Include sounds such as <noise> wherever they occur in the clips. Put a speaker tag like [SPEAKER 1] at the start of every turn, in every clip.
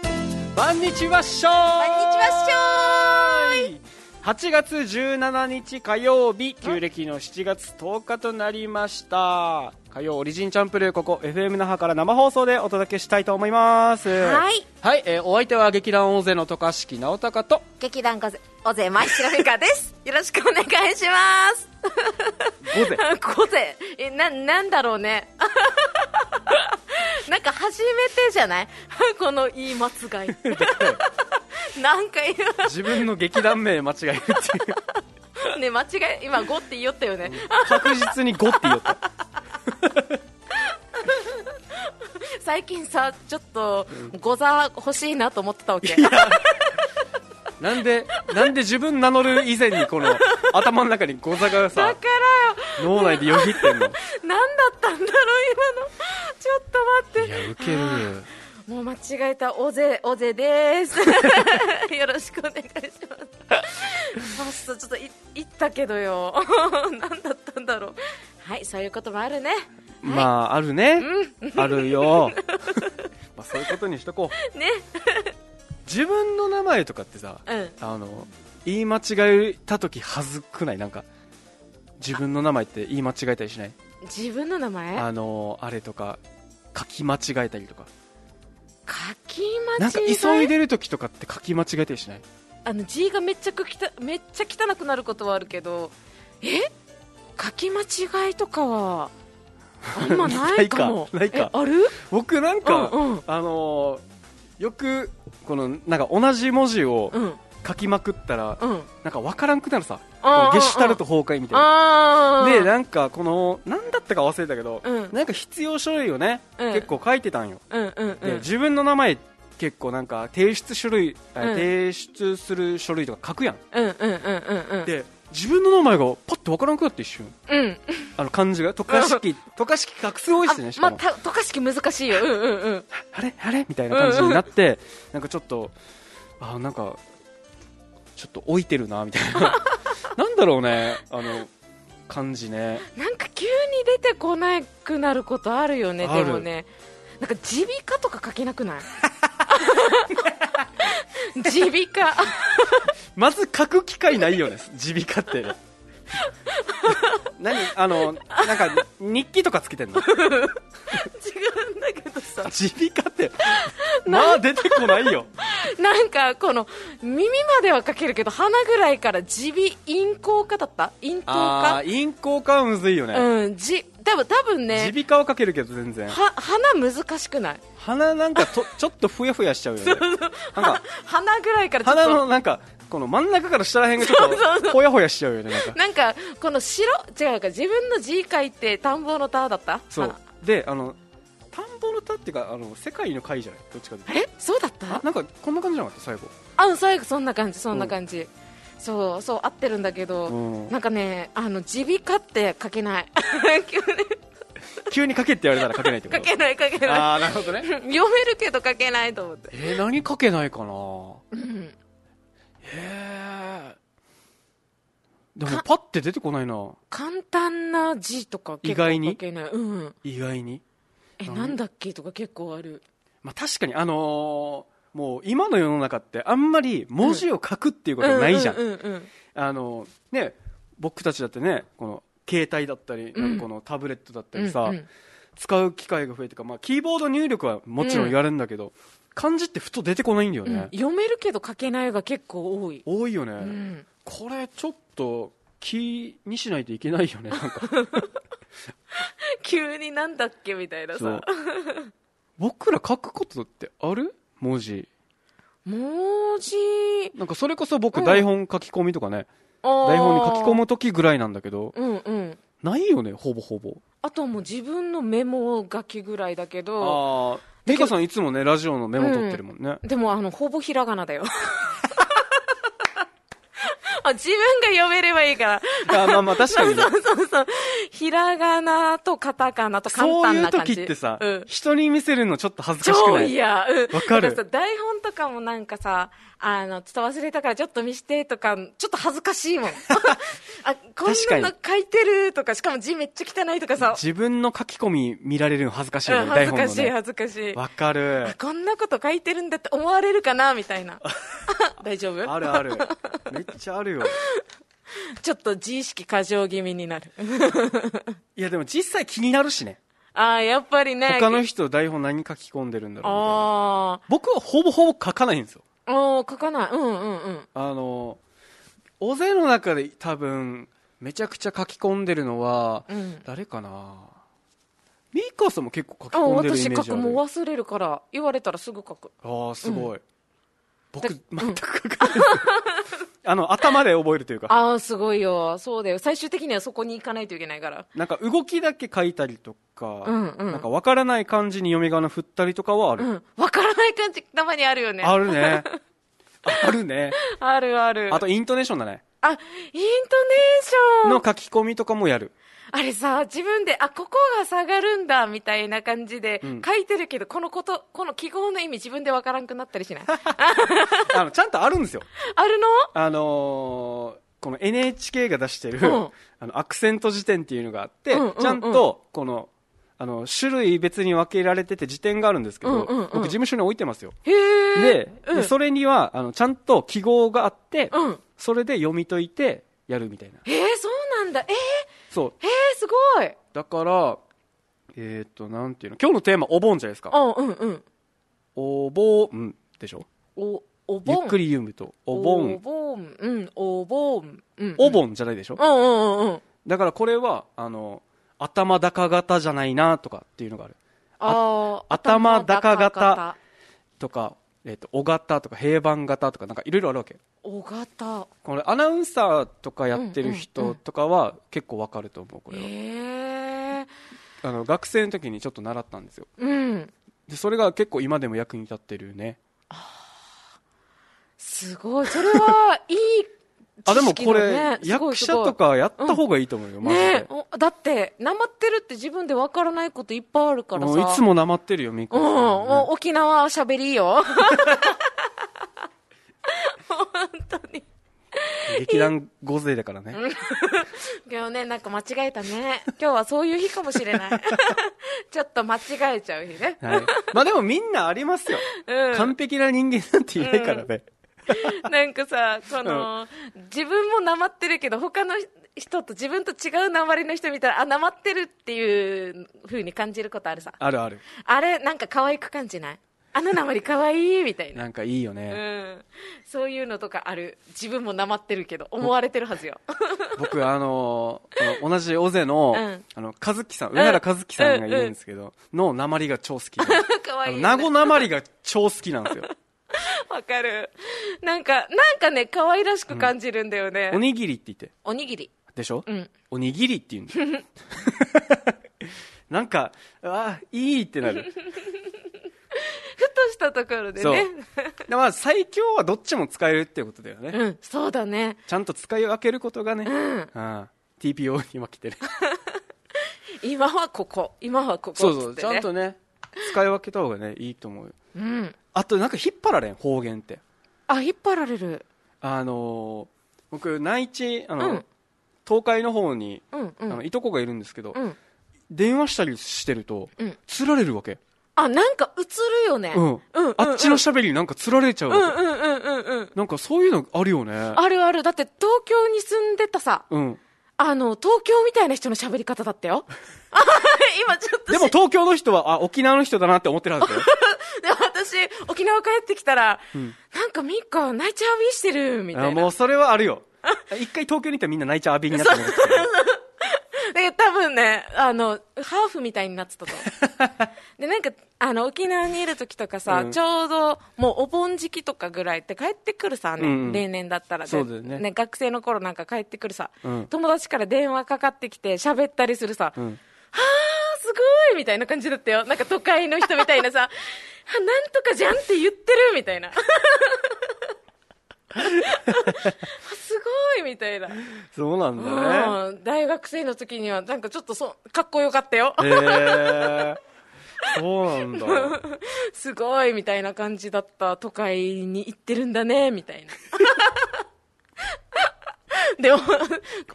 [SPEAKER 1] 万日わっしょー
[SPEAKER 2] こんにちはっしょーい
[SPEAKER 1] 8月17日火曜日旧暦の7月10日となりました火曜オリジンチャンプルーここ FM 那覇から生放送でお届けしたいと思います
[SPEAKER 2] はい、
[SPEAKER 1] はいえーお相手は劇団大勢の渡嘉敷直隆と
[SPEAKER 2] 劇団小勢小勢舞白美香です <laughs> よろしくお願いします
[SPEAKER 1] 午
[SPEAKER 2] <laughs>
[SPEAKER 1] 前
[SPEAKER 2] 小勢えななんだろうね <laughs> なんか初めてじゃない <laughs> この言い間違いなんか
[SPEAKER 1] 自分の劇団名間違えるっ
[SPEAKER 2] <laughs>
[SPEAKER 1] ていう
[SPEAKER 2] 今ね間違い今5って言おったよね
[SPEAKER 1] 確実に5って言おった
[SPEAKER 2] 最近さちょっとござ欲しいなと思ってたわけ
[SPEAKER 1] なんでなんで自分名乗る以前にこの頭の中にゴザが
[SPEAKER 2] だ
[SPEAKER 1] さ
[SPEAKER 2] からよ
[SPEAKER 1] 脳内でよぎってんの
[SPEAKER 2] 何だったんだろう今のちょっと待
[SPEAKER 1] い
[SPEAKER 2] って
[SPEAKER 1] やウケる
[SPEAKER 2] もう間違えた大勢大勢です。 <laughs> よろしくお願いします。ファーストちょっとい言ったけどよ。 <laughs> 何だったんだろう。はい、そういうこともあるね。
[SPEAKER 1] まああるね、ある
[SPEAKER 2] <laughs>
[SPEAKER 1] よまあそういうことにしとこう
[SPEAKER 2] ね。
[SPEAKER 1] 自分の名前とかってさ、
[SPEAKER 2] うん
[SPEAKER 1] あの言い間違えた時恥ずくないなんか自分の名前って言い間違えたりしない
[SPEAKER 2] 自分の名前
[SPEAKER 1] あのあれとか書き間違えたりとか
[SPEAKER 2] 書き間
[SPEAKER 1] な
[SPEAKER 2] 違
[SPEAKER 1] んか
[SPEAKER 2] え
[SPEAKER 1] 急いでる時とかって書き間違えたりしない。
[SPEAKER 2] あの字がめっちゃくきためっちゃ汚くなることはあるけど、え書き間違いとかはあんまないかも
[SPEAKER 1] <laughs> ないかないか
[SPEAKER 2] えある？
[SPEAKER 1] 僕なんか、
[SPEAKER 2] うんうん
[SPEAKER 1] あのーよくこのなんか同じ文字を
[SPEAKER 2] うん
[SPEAKER 1] 書きまくったら、
[SPEAKER 2] うん。
[SPEAKER 1] なんか分からんくなるさ、
[SPEAKER 2] うんうんう
[SPEAKER 1] こ
[SPEAKER 2] ん
[SPEAKER 1] のゲシュタルト崩壊みたいな
[SPEAKER 2] ああ。
[SPEAKER 1] でなんかこの何だったか忘れたけど、
[SPEAKER 2] うん
[SPEAKER 1] なんか必要書類をね、
[SPEAKER 2] うん
[SPEAKER 1] 結構書いてたんよ、
[SPEAKER 2] うんうんう
[SPEAKER 1] で
[SPEAKER 2] ん。
[SPEAKER 1] 自分の名前結構なんか提出書類、あ
[SPEAKER 2] うん
[SPEAKER 1] 提出する書類とか書くやん
[SPEAKER 2] うんうんうんうんうん。
[SPEAKER 1] で自分の名前がパッと分からんくなって一瞬
[SPEAKER 2] うん。
[SPEAKER 1] あの漢字が渡嘉敷渡嘉敷画数多いっすねしか
[SPEAKER 2] あまあ、
[SPEAKER 1] も、
[SPEAKER 2] た渡嘉敷難しいよ。うんうんうん。
[SPEAKER 1] あれあれみたいな感じになって、なんかちょっとあなんかちょっと置いてるなみた
[SPEAKER 2] <laughs>
[SPEAKER 1] いななんだろうねあの漢字ね
[SPEAKER 2] なんか急に出てこなくなることあるよね、
[SPEAKER 1] ある
[SPEAKER 2] でもね。なんか耳鼻科とか書けな
[SPEAKER 1] <laughs>
[SPEAKER 2] くない耳鼻科。
[SPEAKER 1] まず書く機会ないよね、耳鼻科って。何あの、なんか日記とかつけてんの
[SPEAKER 2] 違うんだけどさ。
[SPEAKER 1] 耳鼻科って、まあ出てこないよ。
[SPEAKER 2] なんかこの耳までは書けるけど、鼻ぐらいから耳鼻咽喉科だった咽頭
[SPEAKER 1] ああ
[SPEAKER 2] 科
[SPEAKER 1] ー、咽喉科はむずいよね。
[SPEAKER 2] うん、じ、多分、多分ね、
[SPEAKER 1] 耳鼻科はかけるけど全然。
[SPEAKER 2] は、鼻難しくない
[SPEAKER 1] 鼻なんかとちょっとふやふやしちゃうよね。 <laughs> なんか
[SPEAKER 2] <laughs> 鼻ぐらいからちょっと。
[SPEAKER 1] 鼻のなんか、この真ん中から下らへんがちょっとほやほやしちゃうよね。なんか
[SPEAKER 2] <laughs> なんかこの白違うか自分の字書いて田んぼの田だった
[SPEAKER 1] そう
[SPEAKER 2] あ。
[SPEAKER 1] で、あの、田んぼの田っていうか、あの、世界の貝じゃないどっちかで
[SPEAKER 2] あ。れそうだっ
[SPEAKER 1] あ
[SPEAKER 2] た
[SPEAKER 1] なんかこんな感じじゃなかった最後。
[SPEAKER 2] あうん最後そんな感じそんな感じ、そうそう合ってるんだけど、
[SPEAKER 1] うん
[SPEAKER 2] なんかねあの耳鼻科って書けない <laughs>
[SPEAKER 1] 急にかけって言われたらかけないってこと
[SPEAKER 2] 書けない書けない
[SPEAKER 1] ああなるほどね
[SPEAKER 2] 読めるけど書けないと思って
[SPEAKER 1] えー、何かけないかなえー、でもパッて出てこないな
[SPEAKER 2] 簡単な字とか結構
[SPEAKER 1] 意外に
[SPEAKER 2] 書けないうん
[SPEAKER 1] 意外に
[SPEAKER 2] え
[SPEAKER 1] 何
[SPEAKER 2] なんだっけとか結構ある
[SPEAKER 1] まあ確かにあのーもう今の世の中ってあんまり文字を書くっていうことないじゃん、
[SPEAKER 2] うんうんうん
[SPEAKER 1] あのーね僕たちだってねこの携帯だったり、なんかこのタブレットだった
[SPEAKER 2] うん
[SPEAKER 1] りさ、
[SPEAKER 2] うんうん
[SPEAKER 1] 使う機会が増えてか、まあ、キーボード入力はもちろんやるんだけど、漢字ってふと出てこないんだよ
[SPEAKER 2] うん
[SPEAKER 1] ね、
[SPEAKER 2] 読めるけど書けないが結構多い
[SPEAKER 1] 多いよね、
[SPEAKER 2] うん
[SPEAKER 1] これちょっと気にしないといけないよ
[SPEAKER 2] <laughs>
[SPEAKER 1] ねなんか
[SPEAKER 2] 急になんだっけみたいな
[SPEAKER 1] そ
[SPEAKER 2] さ
[SPEAKER 1] う僕ら書くことってある文字
[SPEAKER 2] 文字
[SPEAKER 1] なんかそれこそ僕
[SPEAKER 2] うん
[SPEAKER 1] 台本書き込みとかね、台
[SPEAKER 2] 台
[SPEAKER 1] 本に書き込む時ぐらいなんだけど
[SPEAKER 2] うんうん
[SPEAKER 1] ないよねほぼほぼ
[SPEAKER 2] あとはもう自分のメモ書きぐらいだけど
[SPEAKER 1] ああ
[SPEAKER 2] けど
[SPEAKER 1] 美香さんいつもねラジオのメモ取ってるもんね、
[SPEAKER 2] でもあのほぼひらがなだよ <laughs> あ自分が読めればいいから
[SPEAKER 1] あまあまあ確かにね
[SPEAKER 2] そうそうそうひらがなとカタカナと簡
[SPEAKER 1] そう
[SPEAKER 2] 単
[SPEAKER 1] いう
[SPEAKER 2] な感
[SPEAKER 1] 時
[SPEAKER 2] じ
[SPEAKER 1] ってさ、
[SPEAKER 2] うん、
[SPEAKER 1] 人に見せるのちょっと恥ずかしく
[SPEAKER 2] 超
[SPEAKER 1] ない
[SPEAKER 2] 嫌うん
[SPEAKER 1] わかる
[SPEAKER 2] だらさ台本とかもなんかさあのちょっと忘れたからちょっと見してとかちょっと恥ずか
[SPEAKER 1] <laughs>
[SPEAKER 2] しいもんあこん
[SPEAKER 1] 確か
[SPEAKER 2] な
[SPEAKER 1] に
[SPEAKER 2] の書いてるとかしかも字めっちゃ汚いとかさ、
[SPEAKER 1] 自分の書き込み見られるの恥ずかしいよね、
[SPEAKER 2] うん、
[SPEAKER 1] 台
[SPEAKER 2] 恥
[SPEAKER 1] 本
[SPEAKER 2] ず
[SPEAKER 1] の
[SPEAKER 2] かしい
[SPEAKER 1] ね
[SPEAKER 2] 恥ずかしい
[SPEAKER 1] わかる
[SPEAKER 2] こんなこと書いてるんだって思われるかなみたいな <laughs> 大丈夫
[SPEAKER 1] あるあるめっちゃあるよ
[SPEAKER 2] ちょっと自意識過剰気味になる
[SPEAKER 1] いやでも実際気になるしね
[SPEAKER 2] ああやっぱりね
[SPEAKER 1] 他の人台本何書き込んでるんだろうみたいな
[SPEAKER 2] あ
[SPEAKER 1] 僕はほぼほぼ書かないんですよ
[SPEAKER 2] あおー書かないうんうんうん
[SPEAKER 1] あの大勢の中で多分めちゃくちゃ書き込んでるのは、
[SPEAKER 2] うん
[SPEAKER 1] 誰かなミカさんも結構書き
[SPEAKER 2] あ
[SPEAKER 1] 込んでる
[SPEAKER 2] 私
[SPEAKER 1] イ
[SPEAKER 2] 書
[SPEAKER 1] メージあ
[SPEAKER 2] くもう
[SPEAKER 1] る
[SPEAKER 2] 忘れるから言われたらすぐ書く
[SPEAKER 1] あーすごい、僕全く書かない <laughs> ですよあの頭で覚えるというか
[SPEAKER 2] ああすごいよそうだよ最終的にはそこに行かないといけないから
[SPEAKER 1] なんか動きだけ書いたりとか、
[SPEAKER 2] うんうん
[SPEAKER 1] なんかわからない感じに読み仮名振ったりとかはあ
[SPEAKER 2] う
[SPEAKER 1] る、
[SPEAKER 2] んわからない感じたまにあるよね
[SPEAKER 1] あるねあるね
[SPEAKER 2] あるあ <laughs> る
[SPEAKER 1] あとイントネーションだね
[SPEAKER 2] あイントネーション
[SPEAKER 1] の書き込みとかも
[SPEAKER 2] <laughs>
[SPEAKER 1] やる
[SPEAKER 2] あれさ、自分で、あ、ここが下がるんだ、みたいな感じで
[SPEAKER 1] うん
[SPEAKER 2] 書いてるけど、このこと、この記号の意味自分でわからんくなったり
[SPEAKER 1] <laughs>
[SPEAKER 2] しない
[SPEAKER 1] あのちゃんとあるんですよ
[SPEAKER 2] あるの
[SPEAKER 1] あのーこの NHK が出してる、
[SPEAKER 2] うん
[SPEAKER 1] あのアクセント辞典っていうのがあって、
[SPEAKER 2] うんうんうん
[SPEAKER 1] ちゃんとこのあの種類別に分けられてて辞典があるんですけど、
[SPEAKER 2] うんうんうん
[SPEAKER 1] 僕事務所に置いてますよ、
[SPEAKER 2] へー。
[SPEAKER 1] で,、
[SPEAKER 2] うん
[SPEAKER 1] でそれにはあのちゃんと記号があって、
[SPEAKER 2] うん。
[SPEAKER 1] それで読み解いてやるみたいな
[SPEAKER 2] えー、そうなんだ。えー、
[SPEAKER 1] そう
[SPEAKER 2] えー、すごい。
[SPEAKER 1] だからえっ、となんていうの今日のテーマお盆じゃないですか
[SPEAKER 2] あ、うんうん。
[SPEAKER 1] お盆でしょ
[SPEAKER 2] お、お
[SPEAKER 1] ゆ
[SPEAKER 2] 盆。
[SPEAKER 1] っくり読むとお
[SPEAKER 2] お
[SPEAKER 1] 盆
[SPEAKER 2] 盆。うん、お盆。うん。
[SPEAKER 1] お盆じゃないでしょ
[SPEAKER 2] うんうんうんうん。
[SPEAKER 1] だからこれはあの頭高型じゃないなとかっていうのがある
[SPEAKER 2] あー
[SPEAKER 1] 頭高型。とか、えっと尾型とか平板型とかなんかいろいろあるわけ
[SPEAKER 2] お型。
[SPEAKER 1] これアナウンサーとかやってる人とかは結構わかると思うこれは、
[SPEAKER 2] えー。
[SPEAKER 1] あの学生の時にちょっと習ったんですよ
[SPEAKER 2] うん。
[SPEAKER 1] でそれが結構今でも役に立ってるね
[SPEAKER 2] すごい。それは、いい
[SPEAKER 1] あで
[SPEAKER 2] 知
[SPEAKER 1] も
[SPEAKER 2] 識
[SPEAKER 1] こ
[SPEAKER 2] だね、
[SPEAKER 1] れ、
[SPEAKER 2] すご
[SPEAKER 1] 役
[SPEAKER 2] いす
[SPEAKER 1] 者
[SPEAKER 2] ごい
[SPEAKER 1] とかやった方がいいと思うよ、マジで、
[SPEAKER 2] ねえおだってなまってるって自分でわからないこといっぱいあるから
[SPEAKER 1] も
[SPEAKER 2] さ
[SPEAKER 1] ういつもなまってるよミ
[SPEAKER 2] う
[SPEAKER 1] コ
[SPEAKER 2] ん、
[SPEAKER 1] さん、
[SPEAKER 2] もう沖縄しゃべりよ
[SPEAKER 1] 劇団午勢だからね、
[SPEAKER 2] 今日ねなんか間違えたね今日はそういう日かも
[SPEAKER 1] <laughs>
[SPEAKER 2] しれないちょっと間違えちゃう日ね
[SPEAKER 1] はい、まあでもみんなありますよ、
[SPEAKER 2] うん
[SPEAKER 1] 完璧な人間なんていないからね、
[SPEAKER 2] なんかさこの、自分もなまってるけど他の人と自分と違うなまりの人見たらあなまってるっていう風に感じることあるさ
[SPEAKER 1] あるある
[SPEAKER 2] あれなんか可愛く感じないあのなまり可愛いみたいな
[SPEAKER 1] なんかいいよね、
[SPEAKER 2] うん、そういうのとかある自分もなまってるけど思われてるはず <laughs> よ
[SPEAKER 1] 僕あのーこの同じ尾瀬の,、
[SPEAKER 2] うん
[SPEAKER 1] あの和樹さん上原和樹さんがいるんですけど、の鉛が超好きで
[SPEAKER 2] かわ
[SPEAKER 1] あ
[SPEAKER 2] い
[SPEAKER 1] の
[SPEAKER 2] い、ね、
[SPEAKER 1] 名護鉛が超好きなんですよ
[SPEAKER 2] <laughs> わかるなんかなんかね可愛らしく感じるんだよね、
[SPEAKER 1] おにぎりって言って
[SPEAKER 2] おにぎり
[SPEAKER 1] でしょ、
[SPEAKER 2] うん
[SPEAKER 1] おにぎりって言うん
[SPEAKER 2] <laughs>
[SPEAKER 1] だよなんかあーいいってなる
[SPEAKER 2] ふとしたところでね
[SPEAKER 1] でまあ最強はどっちも使えるっていうことだよね、
[SPEAKER 2] うんそうだね
[SPEAKER 1] ちゃんと使い分けることがね、うん、TPO に今来
[SPEAKER 2] <laughs>
[SPEAKER 1] てる
[SPEAKER 2] 今はここ今はここ
[SPEAKER 1] そうそう、
[SPEAKER 2] つって
[SPEAKER 1] ちゃ
[SPEAKER 2] ね
[SPEAKER 1] んとね使い分けた方がねいいと思うよ
[SPEAKER 2] うん
[SPEAKER 1] あとなんか引っ張られん方言って
[SPEAKER 2] あ引っ張られる
[SPEAKER 1] あのー僕内地あ
[SPEAKER 2] う
[SPEAKER 1] の、
[SPEAKER 2] ん
[SPEAKER 1] 東海の方に、
[SPEAKER 2] うんう
[SPEAKER 1] あ
[SPEAKER 2] ん
[SPEAKER 1] のいとこがいるんですけど、
[SPEAKER 2] うん
[SPEAKER 1] 電話したりしてると、
[SPEAKER 2] うん
[SPEAKER 1] つられるわけ、
[SPEAKER 2] あなんか映るよね
[SPEAKER 1] うん
[SPEAKER 2] うんうん
[SPEAKER 1] あっちの喋りなんかつられちゃうわけ、
[SPEAKER 2] うんうんうんうん
[SPEAKER 1] なんかそういうのあるよね
[SPEAKER 2] あるあるだって東京に住んでたさ
[SPEAKER 1] うん、
[SPEAKER 2] あの東京みたいな人の喋り方だったよ <laughs> あ今ちょっと
[SPEAKER 1] でも東京の人はあ沖縄の人だなって思ってる
[SPEAKER 2] <laughs>
[SPEAKER 1] はずだよ
[SPEAKER 2] で私、沖縄帰ってきたら、なんかミッカ泣いちゃうびしてる、みた
[SPEAKER 1] あ
[SPEAKER 2] いな。
[SPEAKER 1] もうそれはあるよ <laughs> 一回東京に行ったらみんな泣いちゃうアビになってるんですけど
[SPEAKER 2] <laughs> で、多分ね、あの、ハーフみたいになって
[SPEAKER 1] <laughs>
[SPEAKER 2] たと思う。で、なんか、あの、沖縄にいる時とかさ、
[SPEAKER 1] うん
[SPEAKER 2] ちょうど、もうお盆時期とかぐらいって帰ってくるさ、ね、
[SPEAKER 1] うんうん
[SPEAKER 2] 例年だったら
[SPEAKER 1] そうだよね
[SPEAKER 2] 学生の頃なんか帰ってくるさ、
[SPEAKER 1] うん
[SPEAKER 2] 友達から電話かかってきて喋ったりするさ、
[SPEAKER 1] うん
[SPEAKER 2] あすごいみたいな感じだったよ。なんか都会
[SPEAKER 1] <laughs>
[SPEAKER 2] の <laughs> 人みたいなさ、あなんとかじゃんって言ってるみたいな。すごいみたいな、
[SPEAKER 1] そうなんだね。
[SPEAKER 2] うん大学生の時にはなんかちょっとそかっこよかったよ
[SPEAKER 1] へえ。そうなんだ。
[SPEAKER 2] <laughs> すごいみたいな感じだった都会に行ってるんだねみたいな <laughs> でも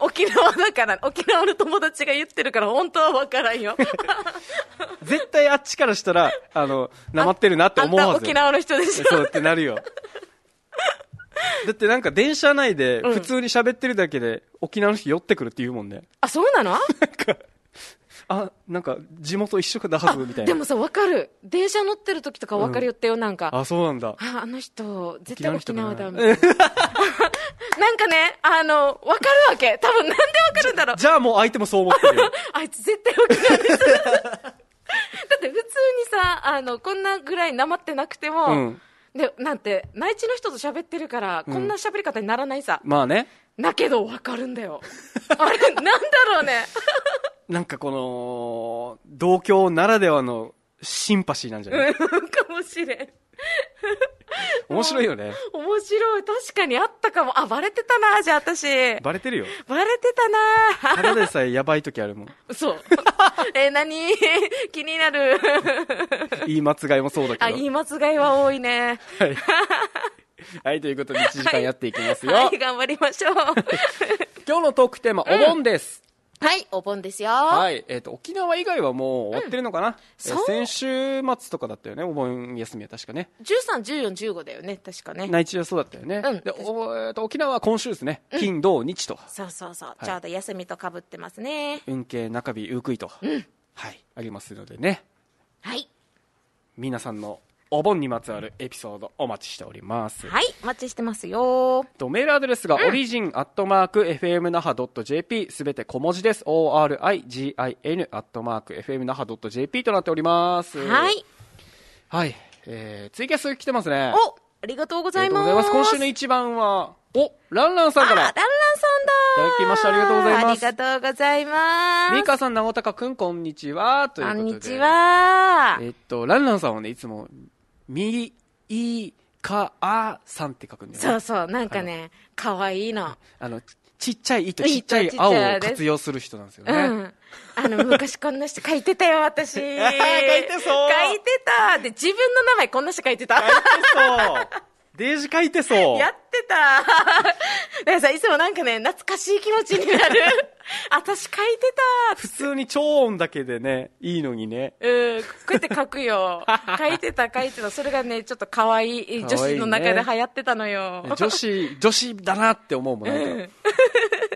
[SPEAKER 2] 沖縄だから沖縄の友達が言ってるから本当は分からんよ
[SPEAKER 1] 絶対あっちからしたら、あの、なまってるなって
[SPEAKER 2] あ
[SPEAKER 1] 思う
[SPEAKER 2] ん
[SPEAKER 1] は
[SPEAKER 2] た
[SPEAKER 1] ず。
[SPEAKER 2] 沖縄の人でしょ
[SPEAKER 1] そうってなるよ。だってなんか電車内で
[SPEAKER 2] うん
[SPEAKER 1] 普通に喋ってるだけで沖縄の人寄ってくるって言うもんね。
[SPEAKER 2] あそうなの
[SPEAKER 1] あ、なんか地元一緒だはずみたい
[SPEAKER 2] で
[SPEAKER 1] な。
[SPEAKER 2] もさ分かる電車乗ってる時とか分かるよってよ、なんか
[SPEAKER 1] あ、そうなんだ。
[SPEAKER 2] ああの人絶
[SPEAKER 1] 沖縄
[SPEAKER 2] 対
[SPEAKER 1] の
[SPEAKER 2] 沖
[SPEAKER 1] 人だな
[SPEAKER 2] 縄だみたいな <laughs> なんかねあの分かるわけ多分なんで分かるんだろう
[SPEAKER 1] じゃあもう相手もそう思ってるよ。
[SPEAKER 2] <laughs> あいつ絶対沖縄ですだって普通にさあのこんなぐらいなまってなくても、
[SPEAKER 1] うん
[SPEAKER 2] でなんて内地の人と喋ってるからこんな喋り方にならないさ、
[SPEAKER 1] まあね。
[SPEAKER 2] だけど分かるんだよあれなんだろうね <laughs>
[SPEAKER 1] なんかこの、同郷ならではのシンパシーなんじゃない
[SPEAKER 2] うんかもしれん
[SPEAKER 1] 面白いよね。
[SPEAKER 2] 面白い確かにあったかもあバレてたなじゃあ私バ
[SPEAKER 1] バレてるよ。
[SPEAKER 2] レてたな
[SPEAKER 1] た
[SPEAKER 2] <laughs>
[SPEAKER 1] だでさえやばい時あるもん。
[SPEAKER 2] そう。 <laughs> えー何 <laughs> 気になる。
[SPEAKER 1] 言い間違いもそうだ
[SPEAKER 2] あ、
[SPEAKER 1] けど。
[SPEAKER 2] 言い間違いは多いね。
[SPEAKER 1] はい。はい、ということで1時間やっていきますよ。
[SPEAKER 2] はい、頑張りまし
[SPEAKER 1] <laughs>
[SPEAKER 2] ょう。
[SPEAKER 1] 今日のトークテーマ、お盆です。
[SPEAKER 2] はい、お盆ですよ。
[SPEAKER 1] はい。えっ、と、沖縄以外はもう終わってるのかな、え
[SPEAKER 2] そう
[SPEAKER 1] 先週末とかだったよね。お盆休みは確かね。
[SPEAKER 2] 13、14、15だよね、確かね。
[SPEAKER 1] 内地はそうだったよね。
[SPEAKER 2] うん
[SPEAKER 1] で、おえーと沖縄は今週ですね。金、土、日と。
[SPEAKER 2] そうそうそう、ちょうど休みとかぶってますね。
[SPEAKER 1] 運慶、中日、ウークイと。はい。ありますのでね。
[SPEAKER 2] はい。
[SPEAKER 1] 皆さんのお盆にまつわるエピソードお待ちしております。
[SPEAKER 2] はい、お待ちしてますよ。
[SPEAKER 1] とメールアドレスが、オリジンアットマーク FMNAHA.jp すべて小文字です origin アットマーク FMNAHA.jp となっております
[SPEAKER 2] はい。
[SPEAKER 1] はい、えー、ツイキャス来てますね
[SPEAKER 2] お、ありがとうござ
[SPEAKER 1] あり
[SPEAKER 2] い
[SPEAKER 1] がとう
[SPEAKER 2] ま
[SPEAKER 1] ご
[SPEAKER 2] す。
[SPEAKER 1] ざいます今週の一番はおランランさんか
[SPEAKER 2] あ、ラ
[SPEAKER 1] ら
[SPEAKER 2] ンランさんだ。
[SPEAKER 1] いただきましたありがとうございます
[SPEAKER 2] ありがとうございます。
[SPEAKER 1] ミカさん直高くんこんにちはという
[SPEAKER 2] こ
[SPEAKER 1] こと
[SPEAKER 2] ん
[SPEAKER 1] で
[SPEAKER 2] にちは。
[SPEAKER 1] えっとランランさんはねいつもみいかあさんって書くんだよね
[SPEAKER 2] そうそう、なんかね、可愛いの。
[SPEAKER 1] あのちちっちゃい「い」とちっちゃい「あ」を
[SPEAKER 2] いいとちっちゃいです
[SPEAKER 1] 活用する人なんですよね、
[SPEAKER 2] うん。あの、昔こんな人書いてたよ、
[SPEAKER 1] <laughs>
[SPEAKER 2] 私。書い
[SPEAKER 1] てそう
[SPEAKER 2] 書いてた。で、自分の名前こんな人書いてた。
[SPEAKER 1] 書いてそう。 <laughs> デージ書いてそう。
[SPEAKER 2] やってた。 <laughs> だからさ、いつもなんかね、懐かしい気持ちになる。
[SPEAKER 1] <laughs>
[SPEAKER 2] 私書いて
[SPEAKER 1] 普通に超音だけでね、いいのにね。
[SPEAKER 2] た。うん、こうやって書
[SPEAKER 1] <laughs>
[SPEAKER 2] くよ。書いてた、書いてた。それがね、ちょっと可愛い女子の中で流行ってたのよ。
[SPEAKER 1] 女子、女子だなって思うもんなんか。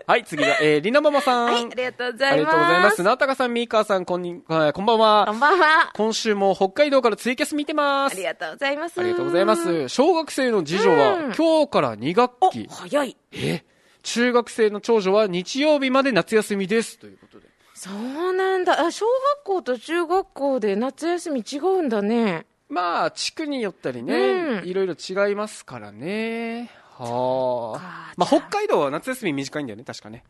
[SPEAKER 1] はい、次が、えー、りなママさん。
[SPEAKER 2] はい、ありがとうござ
[SPEAKER 1] あ
[SPEAKER 2] い
[SPEAKER 1] り
[SPEAKER 2] ま
[SPEAKER 1] が
[SPEAKER 2] す。
[SPEAKER 1] とうございます。なたかさん、みーかーさん、こんに、あこんばんは。
[SPEAKER 2] こんばんは。
[SPEAKER 1] 今週も北海道からツイキャス見てま
[SPEAKER 2] あ
[SPEAKER 1] す。
[SPEAKER 2] りがとうございます。
[SPEAKER 1] ありがとうございま。す。小学生の次女
[SPEAKER 2] うん
[SPEAKER 1] は、今日から2学
[SPEAKER 2] お、
[SPEAKER 1] 期。
[SPEAKER 2] 早い。
[SPEAKER 1] え中学生の長女は日曜日まで夏休みです。ということで。
[SPEAKER 2] そうなんだ。あ、小学校と中学校で夏休み違うんだね。
[SPEAKER 1] まあ、地区によったりね、
[SPEAKER 2] うん
[SPEAKER 1] いろいろ違いますからね。はあ
[SPEAKER 2] か。
[SPEAKER 1] まあ、北海道は夏休み短いんだよね、確かね。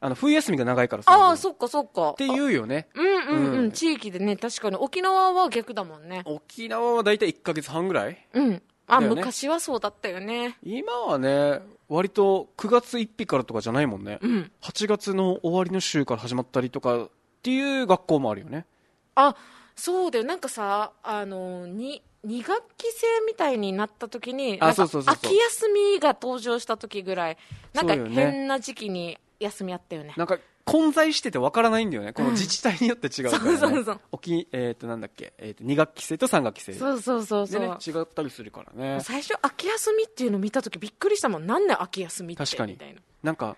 [SPEAKER 1] あの、冬休みが長いから
[SPEAKER 2] ああ、
[SPEAKER 1] う。
[SPEAKER 2] そっかそっか。
[SPEAKER 1] っていうよね。
[SPEAKER 2] うんうんうん、
[SPEAKER 1] うん
[SPEAKER 2] 地域でね、確かに沖縄は逆だもんね。
[SPEAKER 1] 沖縄はだいたい1ヶ月半ぐらい
[SPEAKER 2] うん。あ、
[SPEAKER 1] だよね
[SPEAKER 2] 昔はそうだったよね。
[SPEAKER 1] 今はね、割と9月1日からとかじゃないもんね。
[SPEAKER 2] うん。
[SPEAKER 1] 8月の終わりの週から始まったりとかっていう学校もあるよね。
[SPEAKER 2] あ、そうだよ。なんかさ、あの、に、二学期制みたいになった時に、
[SPEAKER 1] あ
[SPEAKER 2] なんか
[SPEAKER 1] そうそうそうそう
[SPEAKER 2] 秋休みが登場した時ぐらい、なんか
[SPEAKER 1] そうよね
[SPEAKER 2] 変な時期に休みあったよね。
[SPEAKER 1] なんか、混在しててわからないんだよね。この自治体によって違うから、ね
[SPEAKER 2] そうそうそう
[SPEAKER 1] 沖、えっ、と、なんだっけ、えっ、と、2学期生と3学期生。
[SPEAKER 2] そうそうそうそ
[SPEAKER 1] で
[SPEAKER 2] う。
[SPEAKER 1] ね、違ったりするからね。
[SPEAKER 2] 最初秋休みっていうの見た時びっくりしたもん。なんで秋休みって
[SPEAKER 1] 確かに
[SPEAKER 2] みたいな。
[SPEAKER 1] なんか、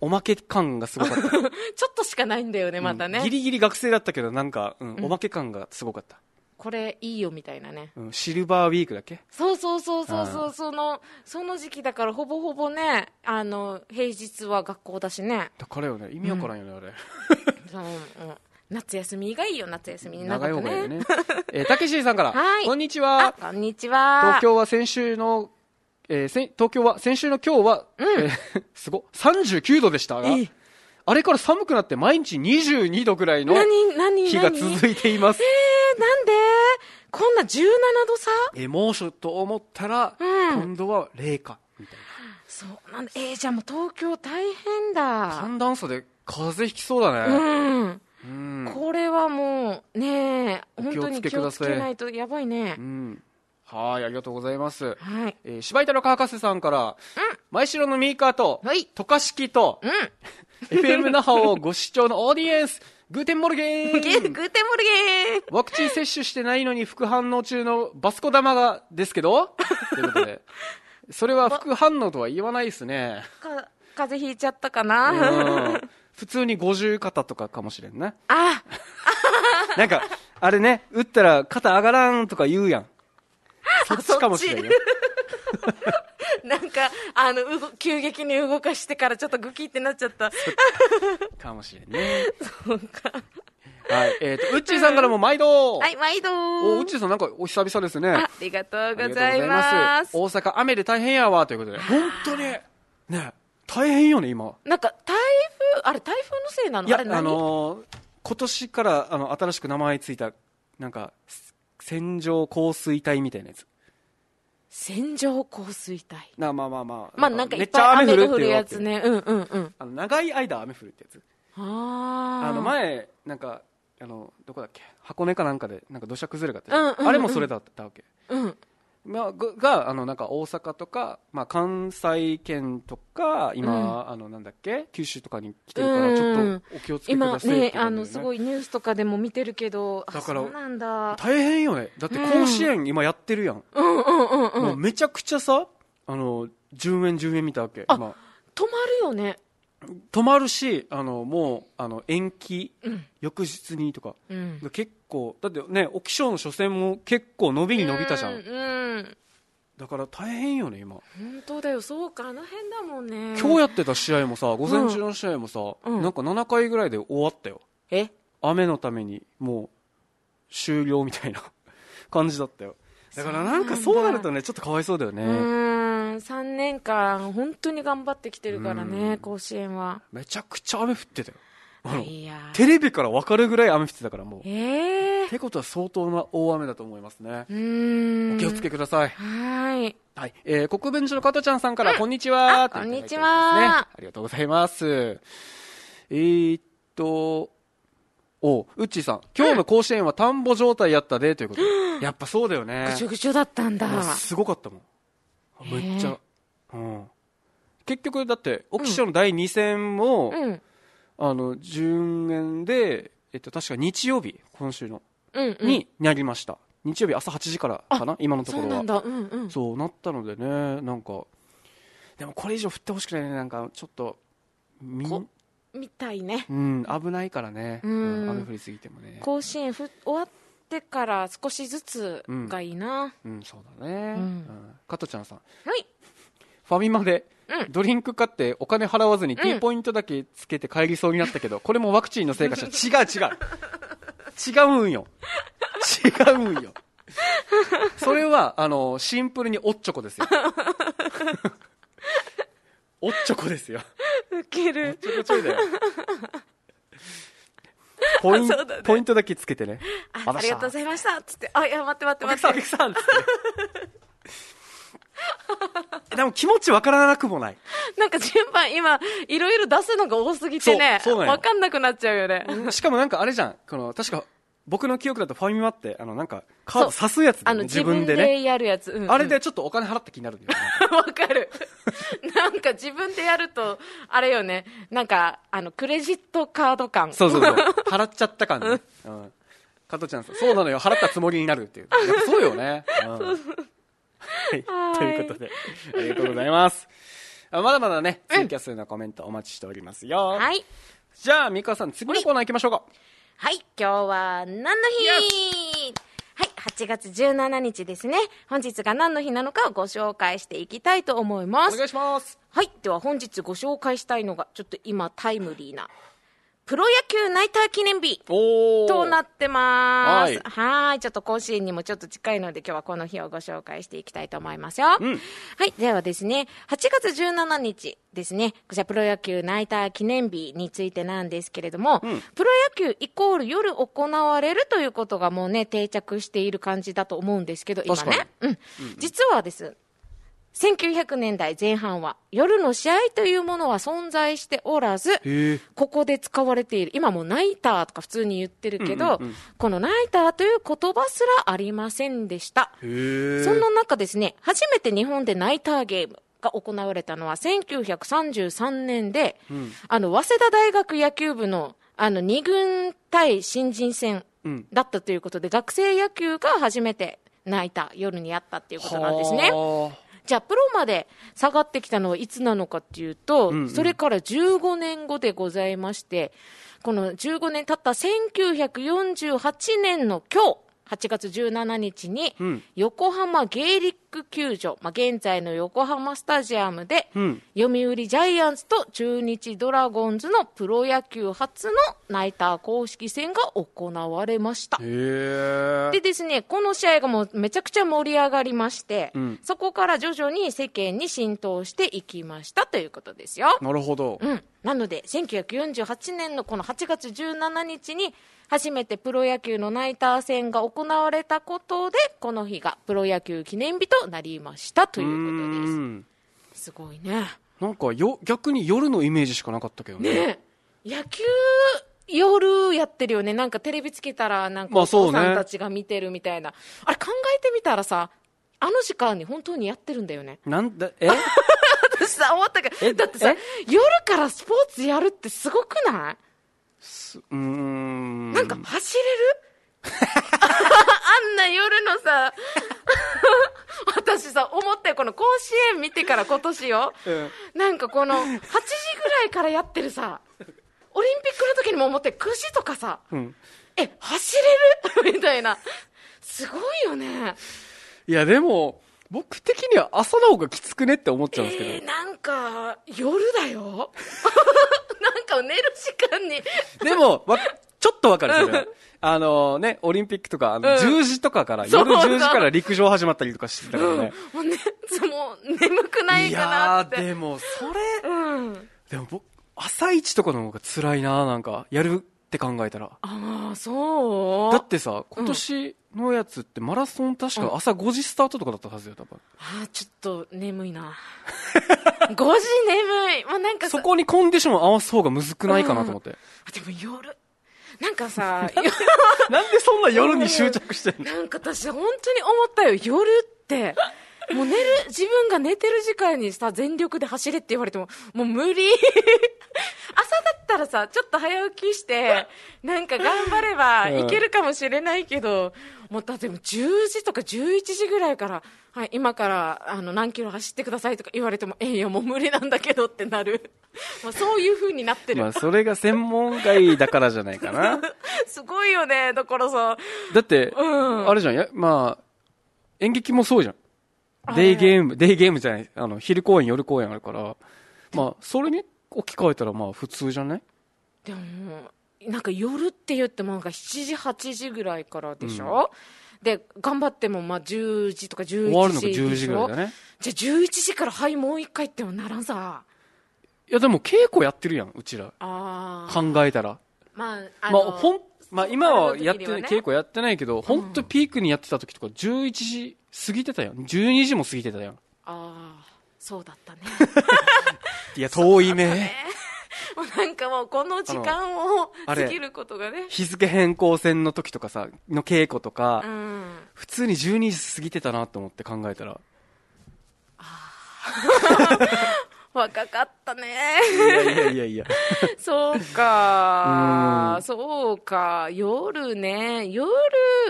[SPEAKER 1] おまけ感がすごかった。
[SPEAKER 2] ちょっとしかないんだよね、 <laughs> またね。
[SPEAKER 1] うんギリギリ学生だったけど、なんか、うん
[SPEAKER 2] うん
[SPEAKER 1] おまけ感がすごかった、
[SPEAKER 2] これいいよみたいなね。
[SPEAKER 1] うんシルバーウィークだっけ
[SPEAKER 2] そうそうそうそうそうう、その、その時期だからほぼほぼね、あの、平日は学校だしね。
[SPEAKER 1] だからよね、意味わからんよね、あれ。
[SPEAKER 2] そのうん夏休みがいいよ、夏休みになん
[SPEAKER 1] 長
[SPEAKER 2] か
[SPEAKER 1] い方がいいよ
[SPEAKER 2] ね。
[SPEAKER 1] ね。えーたけしさんから、
[SPEAKER 2] <laughs> はい
[SPEAKER 1] こんにち
[SPEAKER 2] あ、
[SPEAKER 1] は。
[SPEAKER 2] こんにちは。
[SPEAKER 1] 東京は先週の、えーせん東京は、先週の今日は、えー <laughs> すごっ、39度でしたが、
[SPEAKER 2] え
[SPEAKER 1] あれから寒くなって毎日22度ぐらいの
[SPEAKER 2] 何、何、
[SPEAKER 1] 日が
[SPEAKER 2] 何
[SPEAKER 1] 続いています。
[SPEAKER 2] えーなんでこんな17度差
[SPEAKER 1] えー猛暑と思ったら、
[SPEAKER 2] うん
[SPEAKER 1] 今度は零下。みたい
[SPEAKER 2] そうなんだえー、じゃあもう東京大変だ
[SPEAKER 1] な寒暖差で風邪ひきそうだね
[SPEAKER 2] うん、
[SPEAKER 1] うん、
[SPEAKER 2] これはもうねえ本当に
[SPEAKER 1] お気
[SPEAKER 2] 気
[SPEAKER 1] を
[SPEAKER 2] を
[SPEAKER 1] つ
[SPEAKER 2] つ
[SPEAKER 1] けください
[SPEAKER 2] けないとやばいね
[SPEAKER 1] うん、はいありがとうございます
[SPEAKER 2] はい
[SPEAKER 1] えー、柴田の博士さんから、前城のミーカーと、
[SPEAKER 2] はい
[SPEAKER 1] 渡嘉敷と、
[SPEAKER 2] うん
[SPEAKER 1] FM 那覇をご視聴のオーディエンス、グーテンモルゲ
[SPEAKER 2] ゲーテ
[SPEAKER 1] ン
[SPEAKER 2] ンモルゲー
[SPEAKER 1] ワクチン接種してないのに副反応中のバスコ玉がですけどということで。それは副反応とは言わないですね。
[SPEAKER 2] か風邪ひいちゃったか
[SPEAKER 1] う
[SPEAKER 2] な
[SPEAKER 1] ん普通に五十肩とかかもしれんな。
[SPEAKER 2] <laughs> あ
[SPEAKER 1] なんか、あれね、打ったら肩上がらんとか言うやん。そっちかもしれんよ。
[SPEAKER 2] なんかあのうご急激に動かしてからちょっとグキってなっちゃった
[SPEAKER 1] かもしれんね。そうか。はい。えっ、と、ウッチーさんからも毎度。
[SPEAKER 2] はい毎度
[SPEAKER 1] お、うちさんなんかお久々ですね。
[SPEAKER 2] ありがとうござ
[SPEAKER 1] あ
[SPEAKER 2] い
[SPEAKER 1] りがとう
[SPEAKER 2] ます
[SPEAKER 1] ございます大阪雨で大変やわ、ということで。本当に。ね、大変よね、今。
[SPEAKER 2] なんか台風あれ台風のせいなの
[SPEAKER 1] いや、
[SPEAKER 2] あ
[SPEAKER 1] あ
[SPEAKER 2] れ何、
[SPEAKER 1] のー今年から、あの、新しく名前ついた、なんか、線状降水帯みたいなやつ。
[SPEAKER 2] 線状降水帯
[SPEAKER 1] な、まあまあまあ。
[SPEAKER 2] まあなんかい
[SPEAKER 1] め
[SPEAKER 2] っ
[SPEAKER 1] っちゃ
[SPEAKER 2] ぱい
[SPEAKER 1] 雨
[SPEAKER 2] 雨
[SPEAKER 1] 降る
[SPEAKER 2] が
[SPEAKER 1] っ
[SPEAKER 2] 降
[SPEAKER 1] てい
[SPEAKER 2] る
[SPEAKER 1] う
[SPEAKER 2] やつねうんうんうん
[SPEAKER 1] あの、長い間雨降るってやつ。
[SPEAKER 2] ああ
[SPEAKER 1] あの、前、なんか、あの、どこだっけ箱根かなんかで、なんか土砂崩れがあって、
[SPEAKER 2] うんうんうん
[SPEAKER 1] あれもそれだったわけ。
[SPEAKER 2] うん
[SPEAKER 1] まあ、ががあのなんか大阪とか、まあ、関西圏とか今、あのなんだっけ九州とかに来てるか
[SPEAKER 2] う
[SPEAKER 1] ら
[SPEAKER 2] ん
[SPEAKER 1] ちょっとお気をつけくだ
[SPEAKER 2] 今
[SPEAKER 1] さいって
[SPEAKER 2] ね
[SPEAKER 1] ことだよ
[SPEAKER 2] あのすごいニュースとかでも見てるけどあ
[SPEAKER 1] だから
[SPEAKER 2] そうなんだ
[SPEAKER 1] 大変よねだって甲子園今やってるやん、
[SPEAKER 2] うんうんうんうん
[SPEAKER 1] もうめちゃくちゃさあの10円10円見たわけ
[SPEAKER 2] あ
[SPEAKER 1] まあ、
[SPEAKER 2] 止まるよね
[SPEAKER 1] 止まるしあのもうあの延期、翌日にとか
[SPEAKER 2] うん
[SPEAKER 1] 結構だってね沖賞の初戦も結構伸びに伸びたじゃん、
[SPEAKER 2] うんうん
[SPEAKER 1] だから大変よね今
[SPEAKER 2] 本当だよそうかあの辺だもんね
[SPEAKER 1] 今日やってた試合もさ午前中の試合もさ、
[SPEAKER 2] うん
[SPEAKER 1] なんか7回ぐらいで終わったよ
[SPEAKER 2] え
[SPEAKER 1] 雨のためにもう終了みたいな <laughs> 感じだったよだからなんか
[SPEAKER 2] そう
[SPEAKER 1] そう
[SPEAKER 2] な
[SPEAKER 1] なん
[SPEAKER 2] だ
[SPEAKER 1] るとねちょっとかわいそうだよね、
[SPEAKER 2] うーん3年間本当に頑張ってきてるから
[SPEAKER 1] う
[SPEAKER 2] ね
[SPEAKER 1] ん
[SPEAKER 2] 甲子園は
[SPEAKER 1] めちゃくちゃ雨降ってたよあの
[SPEAKER 2] いや
[SPEAKER 1] テレビから分かるぐらい雨降ってたからもう
[SPEAKER 2] ええ
[SPEAKER 1] ってことは相当な大雨だと思いますね
[SPEAKER 2] うーん
[SPEAKER 1] お気をつけください、
[SPEAKER 2] はーい
[SPEAKER 1] はいえー、国分寺の加トちゃんさんから、こんにち
[SPEAKER 2] あ
[SPEAKER 1] はといただいております
[SPEAKER 2] こんにちは
[SPEAKER 1] ね、ありがとうございますえー、っとおうっちーさん今日の甲子園は田んぼ状態やったでということで、やっぱそうだよね
[SPEAKER 2] ぐちょぐちょだったんだ
[SPEAKER 1] もうすごかったもん
[SPEAKER 2] へえ
[SPEAKER 1] めっちゃ、うん、結局だって沖賞の第2戦も、
[SPEAKER 2] うん
[SPEAKER 1] あの順延で、えっと、確か日曜日今週の、
[SPEAKER 2] うんうん
[SPEAKER 1] になりました日曜日朝8時からかな今のとこ
[SPEAKER 2] そう
[SPEAKER 1] ろ
[SPEAKER 2] な
[SPEAKER 1] は
[SPEAKER 2] んだうんうん
[SPEAKER 1] そうなったのでねなんかでもこれ以上振ってほしくないねなんかちょっとみ
[SPEAKER 2] こみたいね
[SPEAKER 1] うん危ないからね、
[SPEAKER 2] うん
[SPEAKER 1] うん雨降りすぎてもね
[SPEAKER 2] 甲子園ふ終わってから少しずつがいいな、
[SPEAKER 1] うんそうだね、
[SPEAKER 2] うん
[SPEAKER 1] うん加トちゃんさん
[SPEAKER 2] はい
[SPEAKER 1] ファミマで
[SPEAKER 2] う
[SPEAKER 1] ドリンク買ってお金払わずに T ポイントだけつけて帰りそうになったけど、これもワクチンのせいかしら違う違う違うんよ違うんよそれはあのシンプルにおっちょこです
[SPEAKER 2] <laughs>
[SPEAKER 1] よおっちょこですよ
[SPEAKER 2] ウケ
[SPEAKER 1] おっ
[SPEAKER 2] る
[SPEAKER 1] ちょこちょいだよポイン
[SPEAKER 2] そうだね
[SPEAKER 1] ポイントだけつけてね
[SPEAKER 2] あありがとうございましたつってあいや待って待って
[SPEAKER 1] お客
[SPEAKER 2] 待
[SPEAKER 1] さん
[SPEAKER 2] っ
[SPEAKER 1] お
[SPEAKER 2] て
[SPEAKER 1] 客さんっつって
[SPEAKER 2] <laughs>
[SPEAKER 1] でも気持ちわからなくもない
[SPEAKER 2] なんか順番今いろいろ出すのが多すぎてね
[SPEAKER 1] そうそうなんよ
[SPEAKER 2] わかんなくなっちゃうよね
[SPEAKER 1] <laughs> しかもなんかあれじゃん、この確か僕の記憶だとファミマって、あのなんかカード
[SPEAKER 2] そ
[SPEAKER 1] 刺すやつだ
[SPEAKER 2] あ
[SPEAKER 1] よね、
[SPEAKER 2] の
[SPEAKER 1] 自
[SPEAKER 2] 自
[SPEAKER 1] 分
[SPEAKER 2] 分
[SPEAKER 1] でね。
[SPEAKER 2] でやるやつ、うんうん
[SPEAKER 1] あれでちょっとお金払った気になるんだよね。
[SPEAKER 2] <laughs> わかる。なんか自分でやると、あれよね、なんか、あの、クレジットカード感。
[SPEAKER 1] そうそうそう。 <laughs> 払っちゃった感ね。うん。加トちゃんさん、そうなのよ、払ったつもりになるっていう。やっぱそうよね。うん。はい。と
[SPEAKER 2] はい
[SPEAKER 1] いうことで、ありがとうございます。あまだまだね、ツイキャスのコメントお待ちしておりますよ。
[SPEAKER 2] はい。
[SPEAKER 1] じゃあ、美香さん、次のコーナー行きましょうか。
[SPEAKER 2] はい、今日は何の日はい、8月17日ですね。本日が何の日なのかをご紹介していきたいと思いま
[SPEAKER 1] お
[SPEAKER 2] す。
[SPEAKER 1] 願いします。
[SPEAKER 2] はい、では本日ご紹介したいのが、ちょっと今タイムリーな、プロ野球ナイター記念日。
[SPEAKER 1] おー。
[SPEAKER 2] となってます。
[SPEAKER 1] はい
[SPEAKER 2] はーい。ちょっと甲子園にもちょっと近いので、今日はこの日をご紹介していきたいと思いますよ。はい。ではですね、8月17日ですね、こちらプロ野球ナイター記念日についてなんですけれども、プロ野球イコール夜行われるということがもうね、定着している感じだと思うんですけど、今
[SPEAKER 1] 確か
[SPEAKER 2] ね。うん。実はです、 1900年代前半は夜の試合というものは存在しておらず、
[SPEAKER 1] へえ。
[SPEAKER 2] ここで使われている、今もうナイターとか普通に言ってる
[SPEAKER 1] う
[SPEAKER 2] けど、
[SPEAKER 1] んうんうん
[SPEAKER 2] このナイターという言葉すらありませんでした。
[SPEAKER 1] へえ。
[SPEAKER 2] そんな中ですね、初めて日本でナイターゲームが行われたのは1933年で、
[SPEAKER 1] うん
[SPEAKER 2] あの、早稲田大学野球部の、あの、二軍対新人戦
[SPEAKER 1] うん
[SPEAKER 2] だったということで、学生野球が初めてナイター、夜にやったっていうことなんですね。
[SPEAKER 1] はあ
[SPEAKER 2] じゃあ、プロまで下がってきたのはいつなのかっていうと、
[SPEAKER 1] うんうん
[SPEAKER 2] それから15年後でございまして、この15年経った1948年の今日、8月17日に
[SPEAKER 1] うん、
[SPEAKER 2] 横浜ゲイリック球場、まあ、現在の横浜スタジアムで、
[SPEAKER 1] うん
[SPEAKER 2] 読売ジャイアンツと中日ドラゴンズのプロ野球初のナイター公式戦が行われました。
[SPEAKER 1] へ
[SPEAKER 2] でですね、この試合がもうめちゃくちゃ盛り上がりまして、
[SPEAKER 1] うん
[SPEAKER 2] そこから徐々に世間に浸透していきましたということですよ。
[SPEAKER 1] え。なるほど。
[SPEAKER 2] うん、なので、1948年のこの8月17日に、初めてプロ野球のナイター戦が行われたことで、この日がプロ野球記念日となりましたというこ
[SPEAKER 1] う
[SPEAKER 2] とで
[SPEAKER 1] ん
[SPEAKER 2] す。すごいね。
[SPEAKER 1] なんかよ、逆に夜のイメージしかなかったけどね。
[SPEAKER 2] ねえ野球、夜やってるよね。なんかテレビつけたら、なんか
[SPEAKER 1] まあ
[SPEAKER 2] お父
[SPEAKER 1] そう
[SPEAKER 2] さん
[SPEAKER 1] ね
[SPEAKER 2] たちが見てるみたいな。あれ考えてみたらさ、あの時間に本当にやってるんだよね。 <laughs>
[SPEAKER 1] なんだ、え <laughs>
[SPEAKER 2] 私さ、思ったけど、
[SPEAKER 1] え
[SPEAKER 2] だってさ
[SPEAKER 1] え、
[SPEAKER 2] 夜からスポーツやるってすごくない、
[SPEAKER 1] うーん。
[SPEAKER 2] なんか走れ
[SPEAKER 1] <laughs>
[SPEAKER 2] るあんな夜のさ、 <laughs> 私さ、思ったよ。この甲子園見てから今年よ。
[SPEAKER 1] うん、
[SPEAKER 2] なんかこの8時ぐらいからやってるさ、オリンピックの時にも思って9時とかさ、
[SPEAKER 1] うん。
[SPEAKER 2] え、走れる <laughs> みたいな。すごいよね。
[SPEAKER 1] いや、でも、僕的には朝の方がきつくねって思っちゃうんですけど。
[SPEAKER 2] えー、なんか、夜だよ。 <laughs> なんか寝る時間に。 <laughs>
[SPEAKER 1] でも、わ、ちょっとわかる、それ
[SPEAKER 2] う
[SPEAKER 1] は
[SPEAKER 2] ん。
[SPEAKER 1] あのね、オリンピックとか、あの
[SPEAKER 2] うん
[SPEAKER 1] 10時とかから、
[SPEAKER 2] そう
[SPEAKER 1] 夜10時から陸上始まったりとかしてたからね。
[SPEAKER 2] もうね、もう眠くない
[SPEAKER 1] い
[SPEAKER 2] かな
[SPEAKER 1] や
[SPEAKER 2] って。
[SPEAKER 1] ー、でも、それ、
[SPEAKER 2] うん。
[SPEAKER 1] でも僕、朝一とかの方が辛いななんか、やるって考えたら。
[SPEAKER 2] ああ、そう。
[SPEAKER 1] だってさ、今年のやつってマラソン確か朝5時スタートとかだったはずよ、多分。
[SPEAKER 2] ああ、ちょっと眠いな。5時眠い。もうなんかさ
[SPEAKER 1] そこにコンディションを合わす方がむずくないかなと思って。
[SPEAKER 2] あでも夜。なん
[SPEAKER 1] <laughs>
[SPEAKER 2] かさ、
[SPEAKER 1] なんでそんな夜に執着してんの
[SPEAKER 2] なんか私、本当に思ったよ、夜って。もう寝る、自分が寝てる時間にさ、全力で走れって言われても、もう無理。朝だったらさ、ちょっと早起きして、なんか頑張れば
[SPEAKER 1] うん
[SPEAKER 2] いけるかもしれないけど、もうだってもう10時とか11時ぐらいから、はい、今からあの何キロ走ってくださいとか言われても、えいや、もう無理なんだけどってなる。まあ、そういう風になってる。
[SPEAKER 1] まあ、それが専門外だからじゃないかな。
[SPEAKER 2] <laughs> すごいよね、だからさ、
[SPEAKER 1] だって、
[SPEAKER 2] うん
[SPEAKER 1] あれじゃん、やまあ、演劇もそうじゃん。デイゲーム、デイゲームじゃない、あの、昼公演、夜公演あるから、まあ、それに置き換えたら、まあ、普通じゃない
[SPEAKER 2] でもなんか夜って言ってもなんか7時8時ぐらいからでしょ、で頑張ってもまあ10時とか11時
[SPEAKER 1] 終わるのが
[SPEAKER 2] でしょ
[SPEAKER 1] 10時ぐらいだね。
[SPEAKER 2] じゃあ11時からはいもう一回ってはならんさ
[SPEAKER 1] いや、でも稽古やってるやん、うちら。
[SPEAKER 2] あー
[SPEAKER 1] 考えたら。
[SPEAKER 2] まああ
[SPEAKER 1] ま
[SPEAKER 2] の、
[SPEAKER 1] あ、ほん、まあ、今はやって
[SPEAKER 2] あの
[SPEAKER 1] ない、
[SPEAKER 2] 時にはね
[SPEAKER 1] 稽古やってないけど、本当ピークにやってた時とか、11時過ぎてたやん。12時も過ぎてたやん。
[SPEAKER 2] あーそうだ
[SPEAKER 1] <laughs>
[SPEAKER 2] ったね
[SPEAKER 1] いや、遠い目。
[SPEAKER 2] もうなんかもうこの時間を
[SPEAKER 1] あ
[SPEAKER 2] 過
[SPEAKER 1] れ
[SPEAKER 2] ぎることがね
[SPEAKER 1] 日付変更戦の時とかさ、の稽古とか、
[SPEAKER 2] うん
[SPEAKER 1] 普通に12時過ぎてたなと思って考えたら。
[SPEAKER 2] 若かったね
[SPEAKER 1] いやいやいやいや。
[SPEAKER 2] そうか、そうか、夜ね、夜、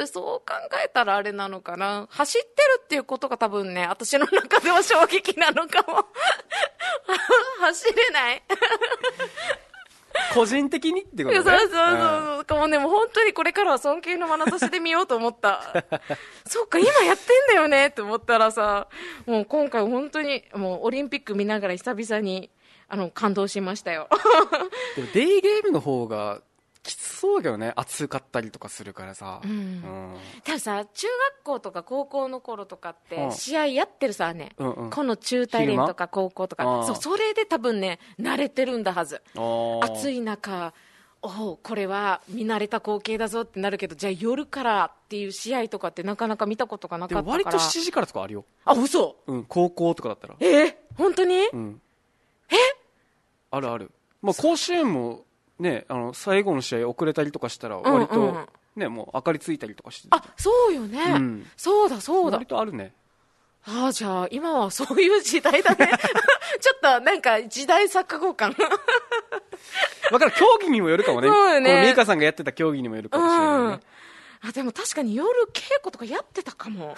[SPEAKER 2] そう考えたらあれなのかな。走ってるっていうことが多分ね、私の中では衝撃なのかも。 <laughs> 走れない。
[SPEAKER 1] <laughs> 個人的にってこ
[SPEAKER 2] い
[SPEAKER 1] と
[SPEAKER 2] や
[SPEAKER 1] ね。
[SPEAKER 2] そうそうそう。かもね、もう本当にこれからは尊敬の眼差しで見ようと思った。 <laughs> そうか、今やってんだよねって思ったらさ、もう今回本当に、もうオリンピック見ながら久々に、あの、感動しましたよ。
[SPEAKER 1] うんでもデイゲームの方が、きつそうだけどね。暑かったりとかするからさ。うんん
[SPEAKER 2] 多分さ中学校とか高校の頃とかっ
[SPEAKER 1] う
[SPEAKER 2] て
[SPEAKER 1] ん
[SPEAKER 2] 試合やってるさね、
[SPEAKER 1] うんうん
[SPEAKER 2] この中大連とか高校と
[SPEAKER 1] 昼間
[SPEAKER 2] か
[SPEAKER 1] あー
[SPEAKER 2] そうそれで多分ね慣れてるんだはず
[SPEAKER 1] あー
[SPEAKER 2] 暑い中おうこれは見慣れた光景だぞってなるけどじゃあ夜からっていう試合とかってなかなか見たことがな
[SPEAKER 1] で
[SPEAKER 2] かった
[SPEAKER 1] も
[SPEAKER 2] から
[SPEAKER 1] 割と7時からとかあるよ。
[SPEAKER 2] あ嘘
[SPEAKER 1] うん、高校とかだったら。
[SPEAKER 2] えー、本当に、
[SPEAKER 1] うん。えあるある。まあ、甲子園も、ね、あの、最後の試合遅れたりとかしたら、割
[SPEAKER 2] うんうんう
[SPEAKER 1] と
[SPEAKER 2] ん、
[SPEAKER 1] ね、もう明かりついたりとかして。
[SPEAKER 2] あそうよね、
[SPEAKER 1] うん
[SPEAKER 2] そうだそうだ
[SPEAKER 1] 割とあるね。
[SPEAKER 2] ああ、じゃあ、今はそういう時代だね。 <laughs> ちょっと、なんか、時代錯誤感。
[SPEAKER 1] だから競技にもよるかもね。
[SPEAKER 2] そうよね
[SPEAKER 1] このメーカーさんがやってた競技にもよるか
[SPEAKER 2] う
[SPEAKER 1] もしれないね
[SPEAKER 2] ん。。あ、でも確かに夜稽古とかやってたかも。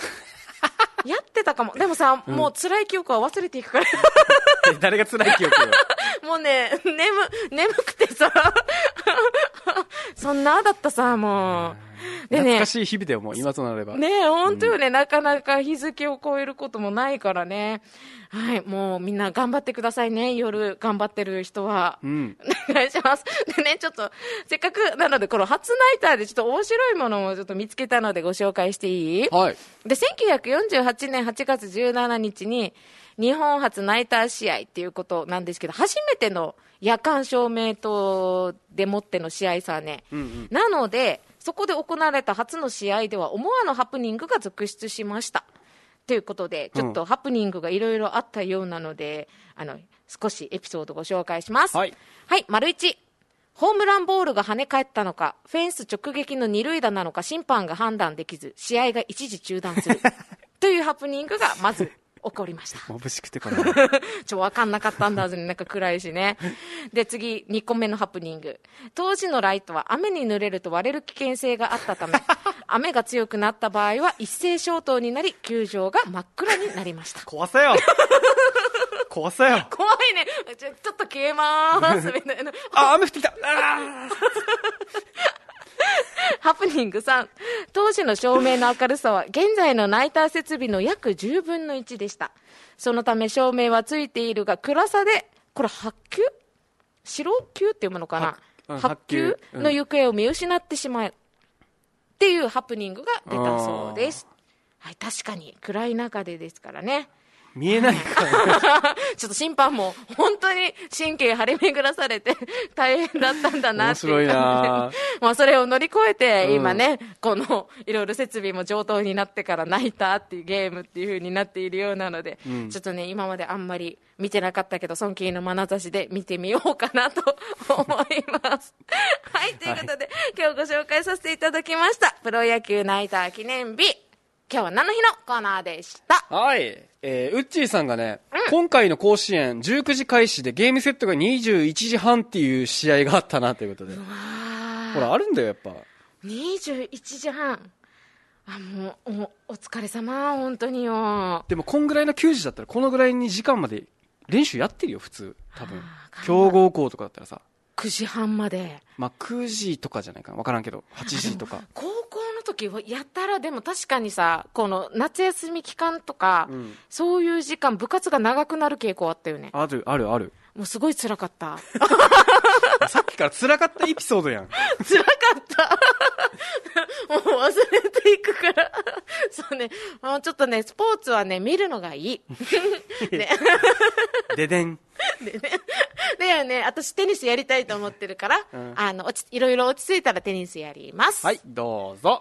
[SPEAKER 2] <laughs> やってたかも。でもさ、
[SPEAKER 1] うん
[SPEAKER 2] もう辛い記憶は忘れていくから、 <laughs>
[SPEAKER 1] え <laughs> 誰が辛い記憶よ
[SPEAKER 2] もうね、眠、眠くてさ、 <laughs> そんなだったさ、もう。 <laughs> で
[SPEAKER 1] 懐
[SPEAKER 2] ね
[SPEAKER 1] か、しい日々だよ、もう今となれば。
[SPEAKER 2] ねえ、本当よね、なかなか日付を超えることもないからね。はい、もうみんな頑張ってくださいね、夜頑張ってる人
[SPEAKER 1] <laughs>
[SPEAKER 2] は。
[SPEAKER 1] うん。
[SPEAKER 2] お願いします。でね、ちょっと、せっかくなので、この初ナイターでちょっと面白いものをちょっと見つけたのでご紹介していい
[SPEAKER 1] はい。
[SPEAKER 2] で、1948年8月17日に、日本初ナイター試合っていうことなんですけど、初めての夜間照明灯でもっての試合さね。
[SPEAKER 1] うんうん。
[SPEAKER 2] なので、そこで行われた初の試合では、思わぬハプニングが続出しました。ということで、ちょっとハプニングがいろいろあったようなので、あの、少しエピソードご紹介します。
[SPEAKER 1] はい。
[SPEAKER 2] はい、丸一。ホームランボールが跳ね返ったのか、フェンス直撃の二塁打なのか、審判が判断できず、試合が一時中断す <laughs> る。というハプニングがまず起こりました。
[SPEAKER 1] 眩しくてか <laughs> な。
[SPEAKER 2] ちょ、わかんなかったんだぜ、なんか暗いしね。で、次、2個目のハプニング。当時のライトは雨に濡れると割れる危険性があった <laughs> ため、雨が強くなった場合は一斉消灯になり、球場が真っ暗になりました。
[SPEAKER 1] 壊せよ壊せよ
[SPEAKER 2] 怖いね。ちょちょっと消えまーす、 <laughs> みたいな。
[SPEAKER 1] <laughs> あ、雨降ってきたあ
[SPEAKER 2] <laughs> ハプニング3。当時の照明の明るさは、現在のナイター設備の約10分の1でした。そのため照明はついているが、暗さで、これ白球白球っていうものか
[SPEAKER 1] はうん
[SPEAKER 2] な白球
[SPEAKER 1] 白球うん
[SPEAKER 2] の行方を見失ってしまう。っていうハプニングが出たそうです。はい、確かに暗い中でですからね。
[SPEAKER 1] 見えないから。
[SPEAKER 2] ちょっと審判も本当に神経張り巡らされて <laughs> 大変だったんだな
[SPEAKER 1] 面
[SPEAKER 2] ってい
[SPEAKER 1] 白い
[SPEAKER 2] う感じで
[SPEAKER 1] な
[SPEAKER 2] <laughs> まあそれを乗り越
[SPEAKER 1] う
[SPEAKER 2] え
[SPEAKER 1] ん
[SPEAKER 2] て、今ね、このいろいろ設備も上等になってから泣いたっていうゲームっていう風になっているようなので、
[SPEAKER 1] うん
[SPEAKER 2] ちょっとね、今まであんまり見てなかったけど、尊敬の眼差しで見てみようかなと思います。 <laughs> はい、ということで、今日ご紹介させていただきました、プロ野球ナイター記念日、今日は何の日のコーナーでした。
[SPEAKER 1] はい。えー、ウッチーさんがね、今回の甲子園19時開始でゲームセットが21時半っていう試合があったなということで。ほら、あるんだよ、やっぱ。
[SPEAKER 2] 21時半。あ、もう、もうお疲れ様、本当によ。
[SPEAKER 1] でも、こんぐらいの9時だったら、このぐらいに時間まで練習やってるよ、普通。多分
[SPEAKER 2] あー。
[SPEAKER 1] 強豪校とかだったらさ。
[SPEAKER 2] 9時半まで。
[SPEAKER 1] まあ、9時とかじゃないかな。わからんけど、8時とか。
[SPEAKER 2] 高校の時はやったらでも確かにさこの夏休み期間とか、
[SPEAKER 1] うん
[SPEAKER 2] そういう時間部活が長くなる傾向あったよね
[SPEAKER 1] ある、ある、ある。
[SPEAKER 2] もうすごい辛かった
[SPEAKER 1] <laughs> さっきから辛かったエピソードやん。
[SPEAKER 2] 辛かったもう忘れていくから <laughs> そうねあのちょっとねスポーツはね見るのがい
[SPEAKER 1] <laughs>
[SPEAKER 2] い
[SPEAKER 1] ででん。
[SPEAKER 2] だよね私テニスやりたいと思ってるから、
[SPEAKER 1] うん
[SPEAKER 2] あの落ちいろいろ落ち着いたらテニスやります
[SPEAKER 1] はい、どうぞ。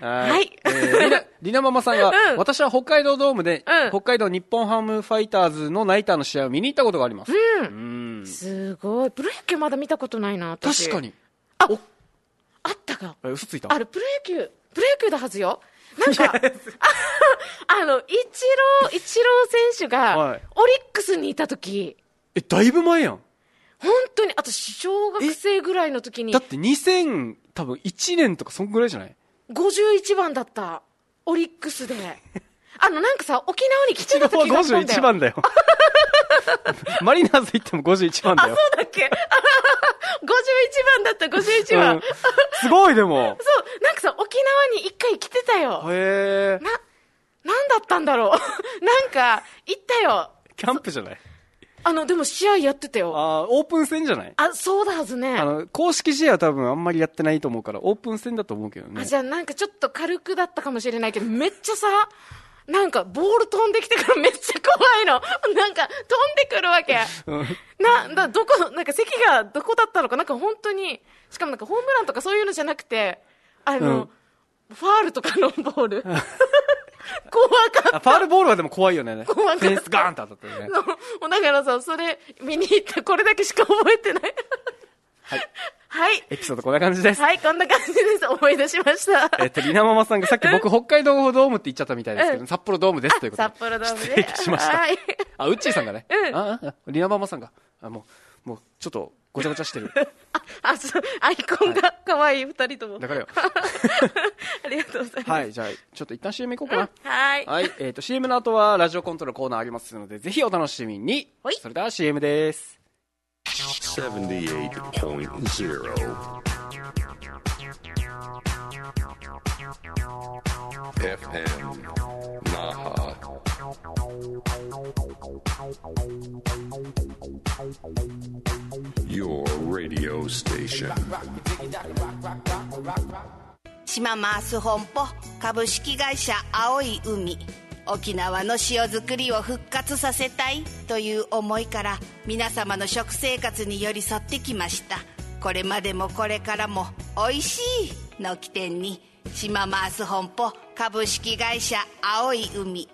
[SPEAKER 1] は
[SPEAKER 2] <laughs> はい
[SPEAKER 1] えーりなりなママさんが、
[SPEAKER 2] うん
[SPEAKER 1] 私は北海道ドームで、
[SPEAKER 2] うん
[SPEAKER 1] 北海道日本ハムファイターズのナイターの試合を見に行ったことがあります。うん。
[SPEAKER 2] すごいプロ野球まだ見たことないな私
[SPEAKER 1] 確かに。
[SPEAKER 2] あったか
[SPEAKER 1] え嘘ついた
[SPEAKER 2] あれ、プロ野球、プロ野球だはずよ。なんか、 <laughs> ああの、イチロー、イチロー選手
[SPEAKER 1] は
[SPEAKER 2] が
[SPEAKER 1] い、
[SPEAKER 2] オリックスにいたとき、
[SPEAKER 1] え、だいぶ前やん。
[SPEAKER 2] 本当に、あと、小学生ぐらいの時に
[SPEAKER 1] だっ、て2000、多分1年とかそんぐらいじゃ
[SPEAKER 2] <laughs>
[SPEAKER 1] ない
[SPEAKER 2] 51番だった。オリックスで。
[SPEAKER 1] <laughs>
[SPEAKER 2] あの、なんかさ、沖縄に来てた時があったんだ
[SPEAKER 1] 51
[SPEAKER 2] よ。
[SPEAKER 1] 番だよ。
[SPEAKER 2] <laughs>
[SPEAKER 1] マリナーズ行っても51番だよ。
[SPEAKER 2] そうだっけ <laughs> ?51 番だった、51番。
[SPEAKER 1] うんすごいでも。
[SPEAKER 2] そう、なんかさ、沖縄に一回来てたよ。
[SPEAKER 1] へえ。
[SPEAKER 2] な、なんだったんだろう。 <laughs> なんか、行ったよ。
[SPEAKER 1] キャンプじゃない
[SPEAKER 2] あの、でも試合やってたよ。
[SPEAKER 1] あーオープン戦じゃない
[SPEAKER 2] あ、そうだはずね。
[SPEAKER 1] あ
[SPEAKER 2] あ
[SPEAKER 1] の、公式試合は多分あんまりやってないと思うから、オープン戦だと思うけどね。
[SPEAKER 2] じゃあなんかちょっと軽くだったかもしれないけど、めっちゃさ、なんかボール飛んできてからめっ <laughs> ちゃ怖いの。なんか飛んでくるわ
[SPEAKER 1] <laughs>
[SPEAKER 2] け。
[SPEAKER 1] うん
[SPEAKER 2] な、だ、どこ、なんか席がどこだったのか、なんか本当に、しかもなんかホームランとかそういうのじゃなくて、あの、ファールとかのボ
[SPEAKER 1] <laughs>
[SPEAKER 2] ール。怖か
[SPEAKER 1] あ
[SPEAKER 2] っ
[SPEAKER 1] ファールボールはでも怖いよね。フ
[SPEAKER 2] <laughs> 怖かった
[SPEAKER 1] ェンスガーンって当たってるね
[SPEAKER 2] た。の。もうだからさ、それ見に行った、これだけしか覚えてない。
[SPEAKER 1] はい。
[SPEAKER 2] <laughs> はい。
[SPEAKER 1] エピソードこんな感じです。
[SPEAKER 2] はい、こんな感じです。思い出しました。
[SPEAKER 1] えっと、りなママさんがさっき僕北海道ドームって言っちゃったみたいですけど、札幌ドームですということで。
[SPEAKER 2] 札幌ドームで。
[SPEAKER 1] 失礼しました。
[SPEAKER 2] はい。
[SPEAKER 1] あ、ウッチーさんがね。
[SPEAKER 2] うん
[SPEAKER 1] あああ、リナママさんが。あ、もう、もう、ちょっと、ごちゃごちゃしてる。
[SPEAKER 2] あ、あ、そう、アイコンが可愛い二人とも。
[SPEAKER 1] だ
[SPEAKER 2] <laughs>
[SPEAKER 1] からよ。
[SPEAKER 2] ありがとうございます。
[SPEAKER 1] はい、じゃあ、ちょっと一旦 CM 行こうか
[SPEAKER 2] はい
[SPEAKER 1] な。。はい、えっ、と、CM の後は、ラジオコントのコーナーありますので、ぜひお楽しみに。
[SPEAKER 2] はい
[SPEAKER 1] それでは CM です。
[SPEAKER 3] 78.0 FM Naha.
[SPEAKER 4] 島マース本舗株式会社青い海沖縄の塩作りを復活させたいという思いから皆様の食生活に寄り添ってきましたこれまでもこれからも「おいしい」の起点に島マース本舗株式会社青い海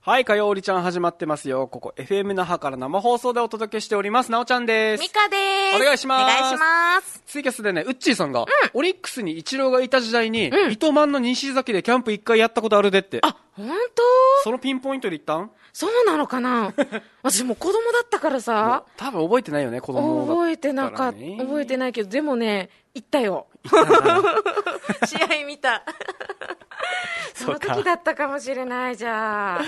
[SPEAKER 1] はい、火曜おりちゃん始まってますよ。ここ、FM 那覇から生放送でお届けしております。なおちゃんで
[SPEAKER 2] ミ
[SPEAKER 1] す。
[SPEAKER 2] カです。
[SPEAKER 1] お願いします
[SPEAKER 2] お願いします。
[SPEAKER 1] ツイキャスでね、ウッチーさんが、オリックスにイチローがいた時代に、伊藤マンの西崎でキャンプ一回やったことあるでって。
[SPEAKER 2] あ、本当
[SPEAKER 1] そのピンポイントで言ったん
[SPEAKER 2] そうなの
[SPEAKER 1] <laughs>
[SPEAKER 2] かな私もう子供だったからさ、
[SPEAKER 1] 多分覚えてないよね、子供だったら
[SPEAKER 2] 覚
[SPEAKER 1] ね
[SPEAKER 2] えてなかった、覚えてないけど、でもね、行ったよ。 <laughs> 試合見た。
[SPEAKER 1] <laughs>
[SPEAKER 2] そ
[SPEAKER 1] そう
[SPEAKER 2] の
[SPEAKER 1] か
[SPEAKER 2] 時だったかもしれない、じ
[SPEAKER 1] <laughs>
[SPEAKER 2] ゃあ。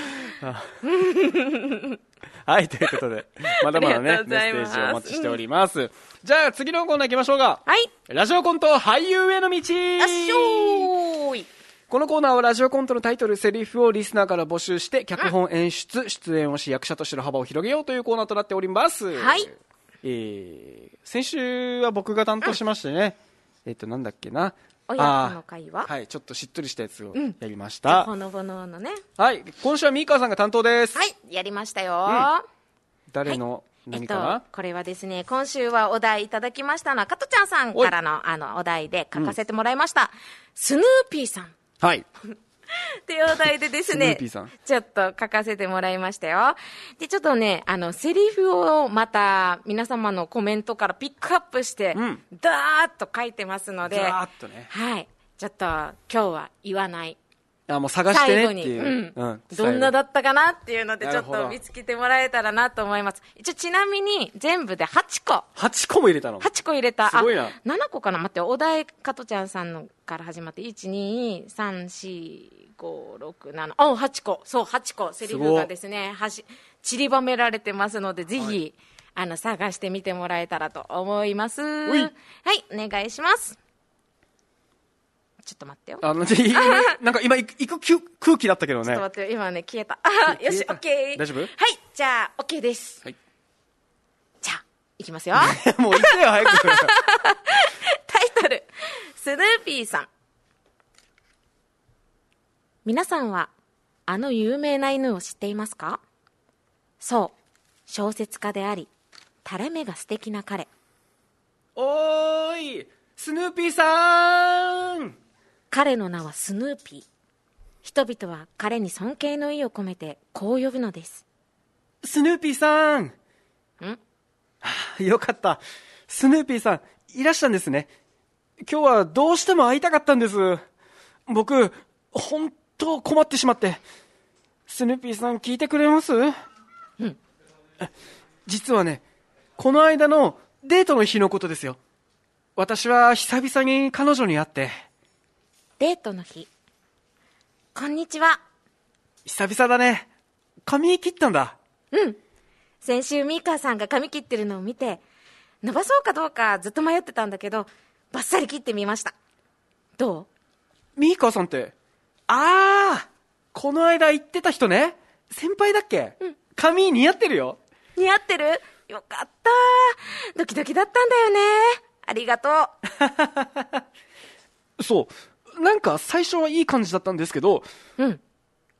[SPEAKER 1] はい、ということで、まだまだね
[SPEAKER 2] <laughs> あ、
[SPEAKER 1] メ
[SPEAKER 2] りがとうござ
[SPEAKER 1] ッ
[SPEAKER 2] い
[SPEAKER 1] セー
[SPEAKER 2] ます
[SPEAKER 1] ジをお待ちしております。じゃあ、次のコーナー行きましょうか。
[SPEAKER 2] はい。
[SPEAKER 1] ラジオコント俳優への道
[SPEAKER 2] あっしょーい。
[SPEAKER 1] このコーナーはラジオコントのタイトル、セリフをリスナーから募集して、脚本、演出、出演をし、役者としての幅を広げようというコーナーとなっております。
[SPEAKER 2] はい。
[SPEAKER 1] えー、先週は僕が担当しましてね、えっ、と、なんだっけな。
[SPEAKER 2] 親子の会話
[SPEAKER 1] あーはい、ちょっとしっとりしたやつをやりました。
[SPEAKER 2] ほのぼののね。
[SPEAKER 1] はい、今週はミーカーさんが担当です。
[SPEAKER 2] はい、やりましたよ。
[SPEAKER 1] 誰の、
[SPEAKER 2] えっ
[SPEAKER 1] 何かな、
[SPEAKER 2] と、これはですね、今週はお題いただきましたのは、加トちゃんさんからのあのお題で書かせてもらいました。スヌーピーさん。
[SPEAKER 1] はい。
[SPEAKER 2] っていうお題でです
[SPEAKER 1] スヌ
[SPEAKER 2] ね
[SPEAKER 1] ーピーさん、
[SPEAKER 2] ちょっと書かせてもらいましたよ。で、ちょっとね、あの、セリフをまた皆様のコメントからピックアップして、
[SPEAKER 1] うん
[SPEAKER 2] ダーッと書いてますので、
[SPEAKER 1] ざーっとね。
[SPEAKER 2] はい。ちょっと今日は言わない。
[SPEAKER 1] あ、もう探して
[SPEAKER 2] 最後
[SPEAKER 1] ねっ
[SPEAKER 2] に、
[SPEAKER 1] ていうう。
[SPEAKER 2] んどんなだったかなっていうので、
[SPEAKER 1] な
[SPEAKER 2] ち
[SPEAKER 1] る
[SPEAKER 2] ょっ
[SPEAKER 1] ほど
[SPEAKER 2] と見つけてもらえたらなと思います。一応ちなみに全部で8個。
[SPEAKER 1] 8個も入れたの
[SPEAKER 2] 8個入れた。
[SPEAKER 1] すごいな
[SPEAKER 2] あ7個かな待って、お題、加トちゃんさんのから始まって、1、2、3、4、5、6、7。お、8個。そう、8個。セリフがですね、はし、散りばめられてますので、ぜひ、
[SPEAKER 1] はい
[SPEAKER 2] あの、探してみてもらえたらと思います。
[SPEAKER 1] い
[SPEAKER 2] はい、お願いします。ちょっと待ってよ。ちょ
[SPEAKER 1] あの、じゃあいなんか今行く行く気空気だったけどね。
[SPEAKER 2] っと
[SPEAKER 1] は
[SPEAKER 2] 待ってよ。今ね、消えた。あ <laughs>
[SPEAKER 1] <laughs> 消
[SPEAKER 2] よし
[SPEAKER 1] え、
[SPEAKER 2] オ
[SPEAKER 1] た
[SPEAKER 2] ッケー。
[SPEAKER 1] 大丈夫
[SPEAKER 2] はい、じゃあ、オッケーです。
[SPEAKER 1] い。
[SPEAKER 2] じゃあ、いき
[SPEAKER 1] <laughs>
[SPEAKER 2] ますよ。
[SPEAKER 1] もう行ってよ、早く。
[SPEAKER 2] タイトル、スヌーピーさん。皆さんは、あの有名な犬を知っていますかそう、小説家であり、垂れ目が素敵な彼。
[SPEAKER 1] おーい、スヌーピーさーん
[SPEAKER 2] 彼の名はスヌーピー。人々は彼に尊敬の意を込めて、こう呼ぶのです。
[SPEAKER 1] スヌーピーさーんんよかった。スヌーピーさん、いらしたんですね。今日はどうしても会いたかったんです。僕、本当困ってしまって。スヌーピーさん聞いてくれますうん。実はね、この間のデートの日のことですよ。私は久々に彼女に会って、
[SPEAKER 2] デートの日。こんにちは。
[SPEAKER 1] 久々だね。髪切ったんだ。
[SPEAKER 2] 先週ミーカーさんが髪切ってるのを見て伸ばそうかどうかずっと迷ってたんだけどバッサリ切ってみましたどう
[SPEAKER 1] ミーカーさんって、あー、この間言ってた人ね。先輩だっけ、髪似合ってるよ。
[SPEAKER 2] 似合ってるよかったドキドキだったんだよねありがとう
[SPEAKER 1] そう。なんか最初はいい感じだったんですけど、
[SPEAKER 2] うん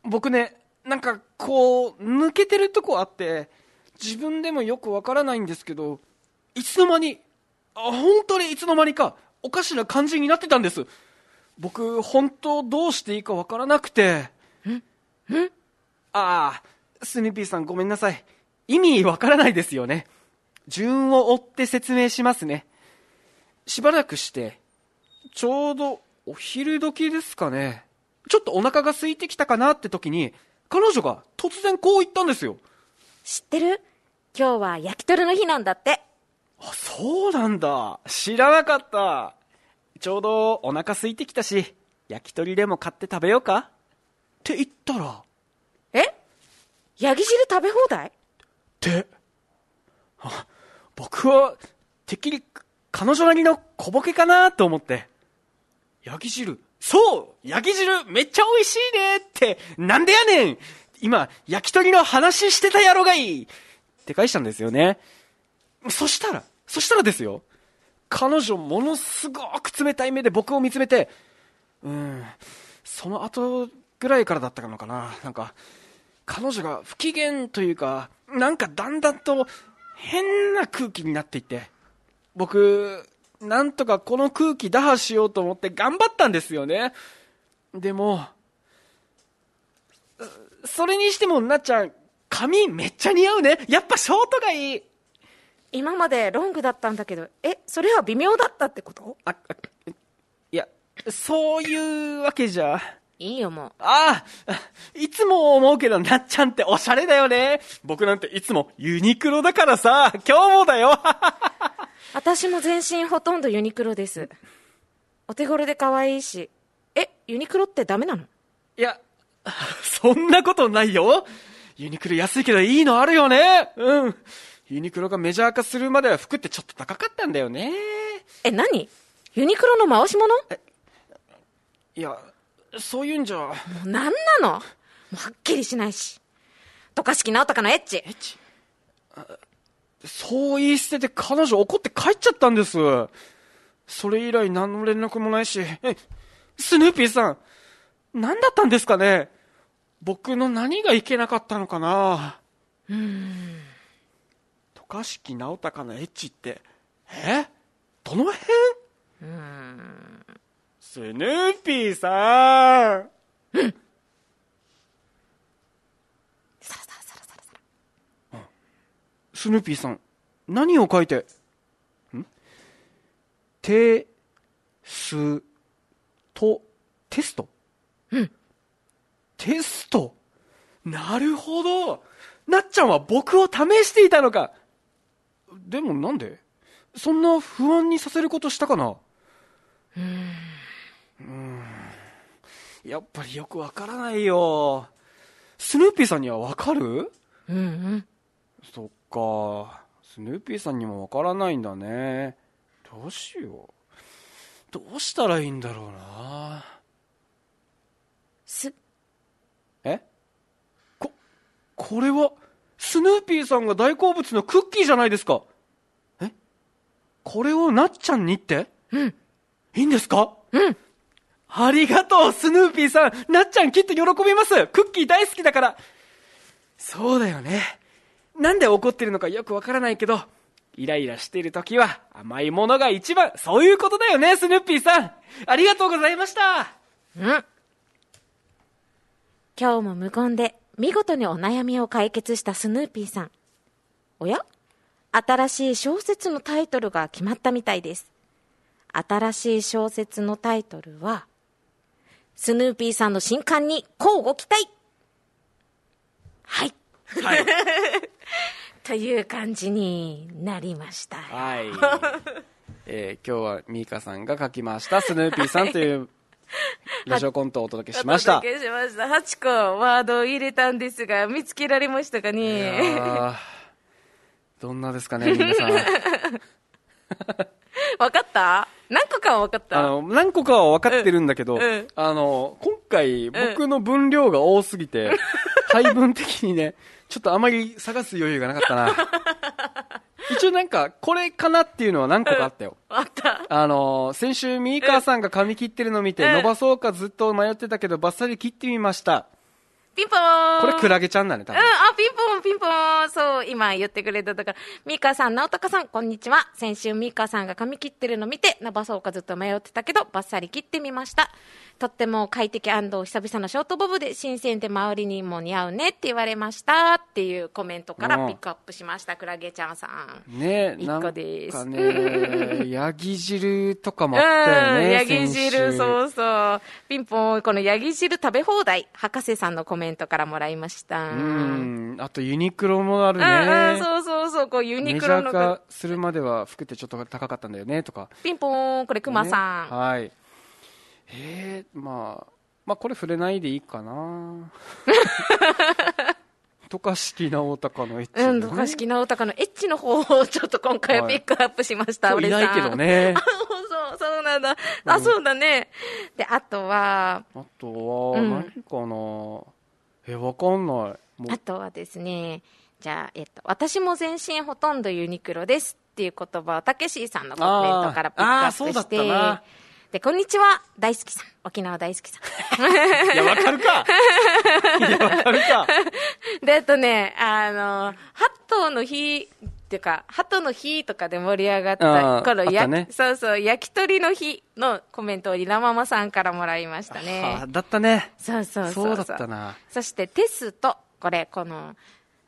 [SPEAKER 1] 僕ね、なんかこう、抜けてるとこあって、自分でもよくわからないんですけど、いつの間に、あ、本当にいつの間にか、おかしな感じになってたんです。僕、本当どうしていいかわからなくて。ああ、スヌーピーさんごめんなさい。意味わからないですよね。順を追って説明しますね。しばらくして、ちょうどお昼時ですかね。ちょっとお腹が空いてきたかなって時に、彼女が突然こう言ったんですよ。
[SPEAKER 2] 知ってる今日は焼き鳥の日なんだって。
[SPEAKER 1] あ、そうなんだ。知らなかった。ちょうどお腹空いてきたし、焼き鳥でも買って食べようかって言ったら、
[SPEAKER 2] えヤギ汁食べ放題
[SPEAKER 1] って、あ僕は、てっきり、彼女なりの小ボケかなと思って、焼き汁、そう焼き汁めっちゃ美味しいねって、なんでやねん今、焼き鳥の話してたやろがいって返したんですよね。そしたら、そしたらですよ。彼女ものすごく冷たい目で僕を見つめて、うーん、その後ぐらいからだったのかな。なんか、彼女が不機嫌というか、なんかだんだんと変な空気になっていって、僕、なんとかこの空気打破しようと思って頑張ったんですよね。でも、そそれにしてもなっちゃん、髪めっちゃ似合うね。やっぱショートがいい。
[SPEAKER 2] 今までロングだったんだけど、え、それは微妙だったってこと
[SPEAKER 1] あ、あいや、そういうわけじゃ。
[SPEAKER 2] いいよ、もう。
[SPEAKER 1] ああ、いつも思うけど、なっちゃんっておしゃれだよね。僕なんていつもユニクロだからさ、今日もだよ。
[SPEAKER 2] 私も全身ほとんどユニクロです。お手頃で可愛いし。え、ユニクロってダメなの
[SPEAKER 1] いや、そんなことないよ。ユニクロ安いけどいいのあるよね。うん。ユニクロがメジャー化するまでは服ってちょっと高かったんだよね。
[SPEAKER 2] え、何ユニクロの回し物も
[SPEAKER 1] いや、そういうんじゃ。
[SPEAKER 2] う何なのもうはっきりしないし。渡嘉敷直隆のエッチ。
[SPEAKER 1] そう言い捨てて彼女怒って帰っちゃったんです。それ以来何の連絡もないし、えスヌーピーさん、何だったんですかね僕の何がいけなかったのかなうん。渡嘉敷直隆のエッチって、えどの辺スヌーピーさん
[SPEAKER 2] サラサラサラサラサラ。
[SPEAKER 1] スヌーピーさん、何を書いて、んテ、ス、ト、テストうん。テストなるほどなっちゃんは僕を試していたのかでもなんでそんな不安にさせることしたかなうーん。やっぱりよくわからないよ。スヌーピーさんにはわかる
[SPEAKER 2] うんうん。
[SPEAKER 1] そっか。スヌーピーさんにもわからないんだね。どうしよう。どうしたらいいんだろうな。
[SPEAKER 2] す、
[SPEAKER 1] えこ、これは、スヌーピーさんが大好物のクッキーじゃないですか。えこれをなっちゃんにって
[SPEAKER 2] うん。
[SPEAKER 1] いいんですか
[SPEAKER 2] うん。
[SPEAKER 1] ありがとう、スヌーピーさん。なっちゃんきっと喜びます。クッキー大好きだから。そうだよね。なんで怒ってるのかよくわからないけど、イライラしてるときは甘いものが一番、そういうことだよね、スヌーピーさん。ありがとうございました。
[SPEAKER 2] うん。今日も無言で見事にお悩みを解決したスヌーピーさん。おや新しい小説のタイトルが決まったみたいです。新しい小説のタイトルは、スヌーピーさんの新刊に乞うご期待はい。
[SPEAKER 1] はい。
[SPEAKER 2] <laughs> という感じになりました。
[SPEAKER 1] はい。えー今日はミカさんが書きました、スヌーピーさんというラジオコントをお届けしました。
[SPEAKER 2] お届けしました。8個ワードを入れたんですが、見つけられましたか
[SPEAKER 1] いや
[SPEAKER 2] ね
[SPEAKER 1] ーどんなですかね、皆
[SPEAKER 2] <laughs>
[SPEAKER 1] さん。
[SPEAKER 2] わかった何個かはわかった
[SPEAKER 1] あの、何個かは分かってるんだけど、
[SPEAKER 2] うんうん
[SPEAKER 1] あの、今回僕の分量が多すぎて、配分的にね、ちょっとあまり探す余裕がなかったな。
[SPEAKER 2] <laughs>
[SPEAKER 1] 一応なんか、これかなっていうのは何個かあったよ。
[SPEAKER 2] あった。
[SPEAKER 1] あの、先週、ミーカーさんが髪切ってるの見て、
[SPEAKER 2] うん
[SPEAKER 1] 伸ばそうかずっと迷ってたけど、バッサリ切ってみました。
[SPEAKER 2] ピンポーン
[SPEAKER 1] これクラゲちゃんだね、多
[SPEAKER 2] うん、
[SPEAKER 1] 分。
[SPEAKER 2] あ、ピンポン、ピンポン。そう、今言ってくれただから。ミカさん、直高さん、こんにちは。先週ミカさんが髪切ってるの見て、伸ばそうかずっと迷ってたけど、バッサリ切ってみました。とっても快適久々のショートボブで、新鮮で周りにも似合うねって言われました。っていうコメントから
[SPEAKER 1] うん
[SPEAKER 2] ピックアップしました、クラゲちゃんさん。
[SPEAKER 1] ね
[SPEAKER 2] 一
[SPEAKER 1] なん
[SPEAKER 2] 個
[SPEAKER 1] か
[SPEAKER 2] です
[SPEAKER 1] ね、ヤギ汁とかもあったよ
[SPEAKER 2] うん、
[SPEAKER 1] ね。
[SPEAKER 2] ヤギ汁、
[SPEAKER 1] 先週
[SPEAKER 2] そうそう。ピンポン、このヤギ汁食べ放題、博士さんのコメントからもらいました。
[SPEAKER 1] うん。あとユニクロもある
[SPEAKER 2] うんうん、
[SPEAKER 1] ね。
[SPEAKER 2] そうそうそう、こうユ
[SPEAKER 1] メ
[SPEAKER 2] ニ
[SPEAKER 1] ジ
[SPEAKER 2] クロ
[SPEAKER 1] ャー
[SPEAKER 2] の。
[SPEAKER 1] 化するまでは服ってちょっと高かったんだよね、とか。
[SPEAKER 2] ピンポーン、これクマさん。
[SPEAKER 1] ねはい。えー、まあ、まあこれ触れないでいい
[SPEAKER 2] <laughs>
[SPEAKER 1] かな。とかしきなおたかのエッチ、
[SPEAKER 2] うん、渡嘉敷直隆のエッチの方をちょっと今回は
[SPEAKER 1] は
[SPEAKER 2] ピ
[SPEAKER 1] い
[SPEAKER 2] ックアップしました、
[SPEAKER 1] 今日
[SPEAKER 2] 俺
[SPEAKER 1] い
[SPEAKER 2] さん。
[SPEAKER 1] ないけど。ね
[SPEAKER 2] あ、。 <laughs> そう、そうなんだ。あ、そうだね。で、あとは、
[SPEAKER 1] あとは、
[SPEAKER 2] うん
[SPEAKER 1] 何かな、え、わかんない。
[SPEAKER 2] <laughs>
[SPEAKER 1] も
[SPEAKER 2] あとはですね、じゃあ、えっと、私も全身ほとんどユニクロですっていう言葉をたけしーさんのコメントからピックア
[SPEAKER 1] あーあー
[SPEAKER 2] ッ
[SPEAKER 1] そう
[SPEAKER 2] プ
[SPEAKER 1] だ
[SPEAKER 2] し
[SPEAKER 1] ってたな、
[SPEAKER 2] で、こんにちは、大好きさん。沖縄大好きさん。
[SPEAKER 1] う、いや、わかるかいや、わかる
[SPEAKER 2] <laughs>
[SPEAKER 1] か
[SPEAKER 2] で、あとね、あの、ハットの日っていうか、ハトの日とかで盛り上がった
[SPEAKER 1] あー
[SPEAKER 2] 頃、
[SPEAKER 1] あっ
[SPEAKER 2] や
[SPEAKER 1] たね
[SPEAKER 2] そうそう、焼き鳥の日のコメントをリラママさんからもらいました
[SPEAKER 1] はあ
[SPEAKER 2] ね。
[SPEAKER 1] だったね。
[SPEAKER 2] そうそうそう
[SPEAKER 1] そうだったな。
[SPEAKER 2] そしてテスト、これ、この、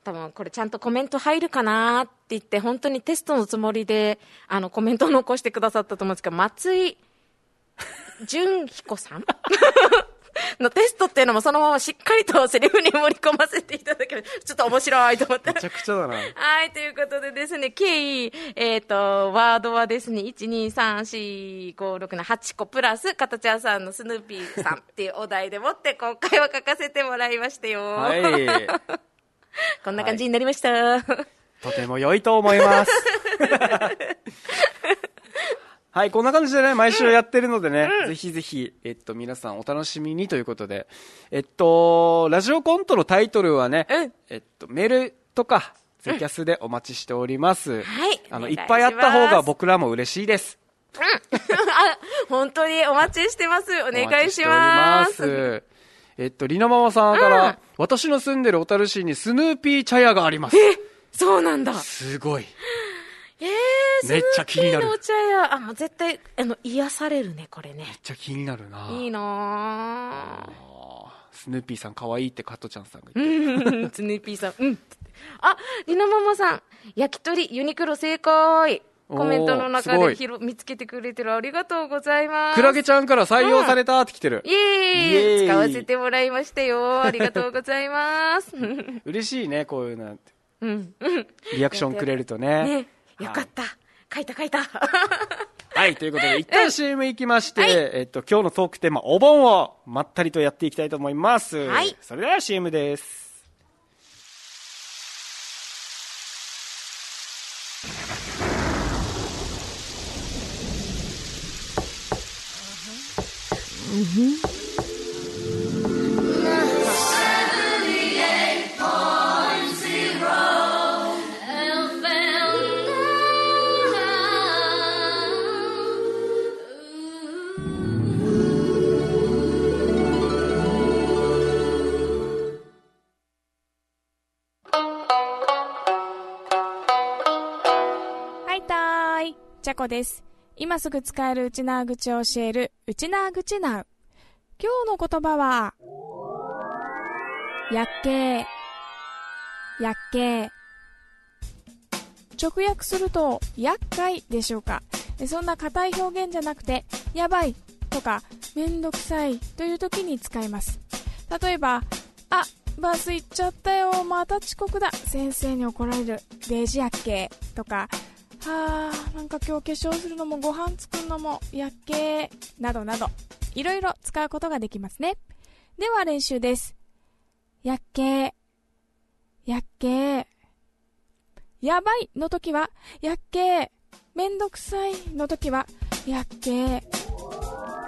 [SPEAKER 2] 多分これちゃんとコメント入るかなって言って、本当にテストのつもりで、あの、コメントを残してくださったと思うんですけど、松井純彦さんのテストっていうのもそのまましっかりとセリフに盛り込ませていただける。ちょっと面白いと思って
[SPEAKER 1] め。ちゃくちゃ
[SPEAKER 2] <laughs>
[SPEAKER 1] だな。
[SPEAKER 2] はい、ということでですね、計、えっ、と、ワードはですね、1、2、3、4、5、6、7、8個プラス、かたちゃんさんのスヌーピーさんっていうお題でもって、今回は書かせてもらいましたよ。
[SPEAKER 1] はい。
[SPEAKER 2] こんな感じになりました。
[SPEAKER 1] とても良いと思い
[SPEAKER 2] <laughs>
[SPEAKER 1] ます。はい、こんな感じでね、毎週やってるのでね、ぜひぜひ、えっと、皆さんお楽しみにということで、えっと、ラジオコントのタイトルはね、
[SPEAKER 2] うん
[SPEAKER 1] えっと、メールとか、ツイキャスでお待ちしております。
[SPEAKER 2] はい
[SPEAKER 1] あの、
[SPEAKER 2] お願い
[SPEAKER 1] い
[SPEAKER 2] します
[SPEAKER 1] っぱいあった方が僕らも嬉しいです。
[SPEAKER 2] あ、本当にお待ちしてます。お
[SPEAKER 1] お
[SPEAKER 2] 願
[SPEAKER 1] 待
[SPEAKER 2] い
[SPEAKER 1] ちて
[SPEAKER 2] し
[SPEAKER 1] おり
[SPEAKER 2] ます。
[SPEAKER 1] ます。えっと、りなママさんから、
[SPEAKER 2] うん
[SPEAKER 1] 私の住んでる小樽市にスヌーピー茶屋があります。
[SPEAKER 2] そうなんだ。
[SPEAKER 1] すごい。
[SPEAKER 2] えー、
[SPEAKER 1] めっちゃ気になる
[SPEAKER 2] スヌーピーのお茶屋。あ、もう絶対、あの、癒されるね、これ
[SPEAKER 1] め。
[SPEAKER 2] ね
[SPEAKER 1] っちゃ気になるない
[SPEAKER 2] いなぁ。
[SPEAKER 1] スヌーピーさん可愛いって加トちゃんさんが言って
[SPEAKER 2] うんスヌーピーさん、うんっつって。あ、りなママさん、焼き鳥、ユニクロ正解。コメントの中
[SPEAKER 1] おー
[SPEAKER 2] ですひろ見つけてくれてる。ありがとうございます。
[SPEAKER 1] クラゲちゃんから採用されたって来てる
[SPEAKER 2] イ。エー
[SPEAKER 1] イエー
[SPEAKER 2] イ
[SPEAKER 1] イ
[SPEAKER 2] 使わせてもらいましたよ。ありがとうござ
[SPEAKER 1] <laughs>
[SPEAKER 2] います。
[SPEAKER 1] 嬉しいね、こういうのって。
[SPEAKER 2] うん。
[SPEAKER 1] リアクションくれるとね
[SPEAKER 2] <laughs> ね。、よかった。書いた書いた。
[SPEAKER 1] はい、ということで、一旦 CM 行きまして、えっと、今日のトークテーマ、お盆をまったりとやっていきたいと思います。
[SPEAKER 2] はい
[SPEAKER 1] それでは CM です。
[SPEAKER 5] はいたーい。ちゃこです。今すぐ使えるうちなー口を教える、うちなー口なう。今日の言葉は、やっけー。やっけー。直訳すると、厄介でしょうか。えそんな硬い表現じゃなくて、やばいとか、めんどくさいという時に使います。例えば、あ、バス行っちゃったよ、また遅刻だ、先生に怒られる、デジやっけーとか、はあなんか今日化粧するのもご飯作るのもやっけーなどなどいろいろ使うことができますねでは練習ですやっけーやっけーやばいの時はやっけーめんどくさいの時はやっけー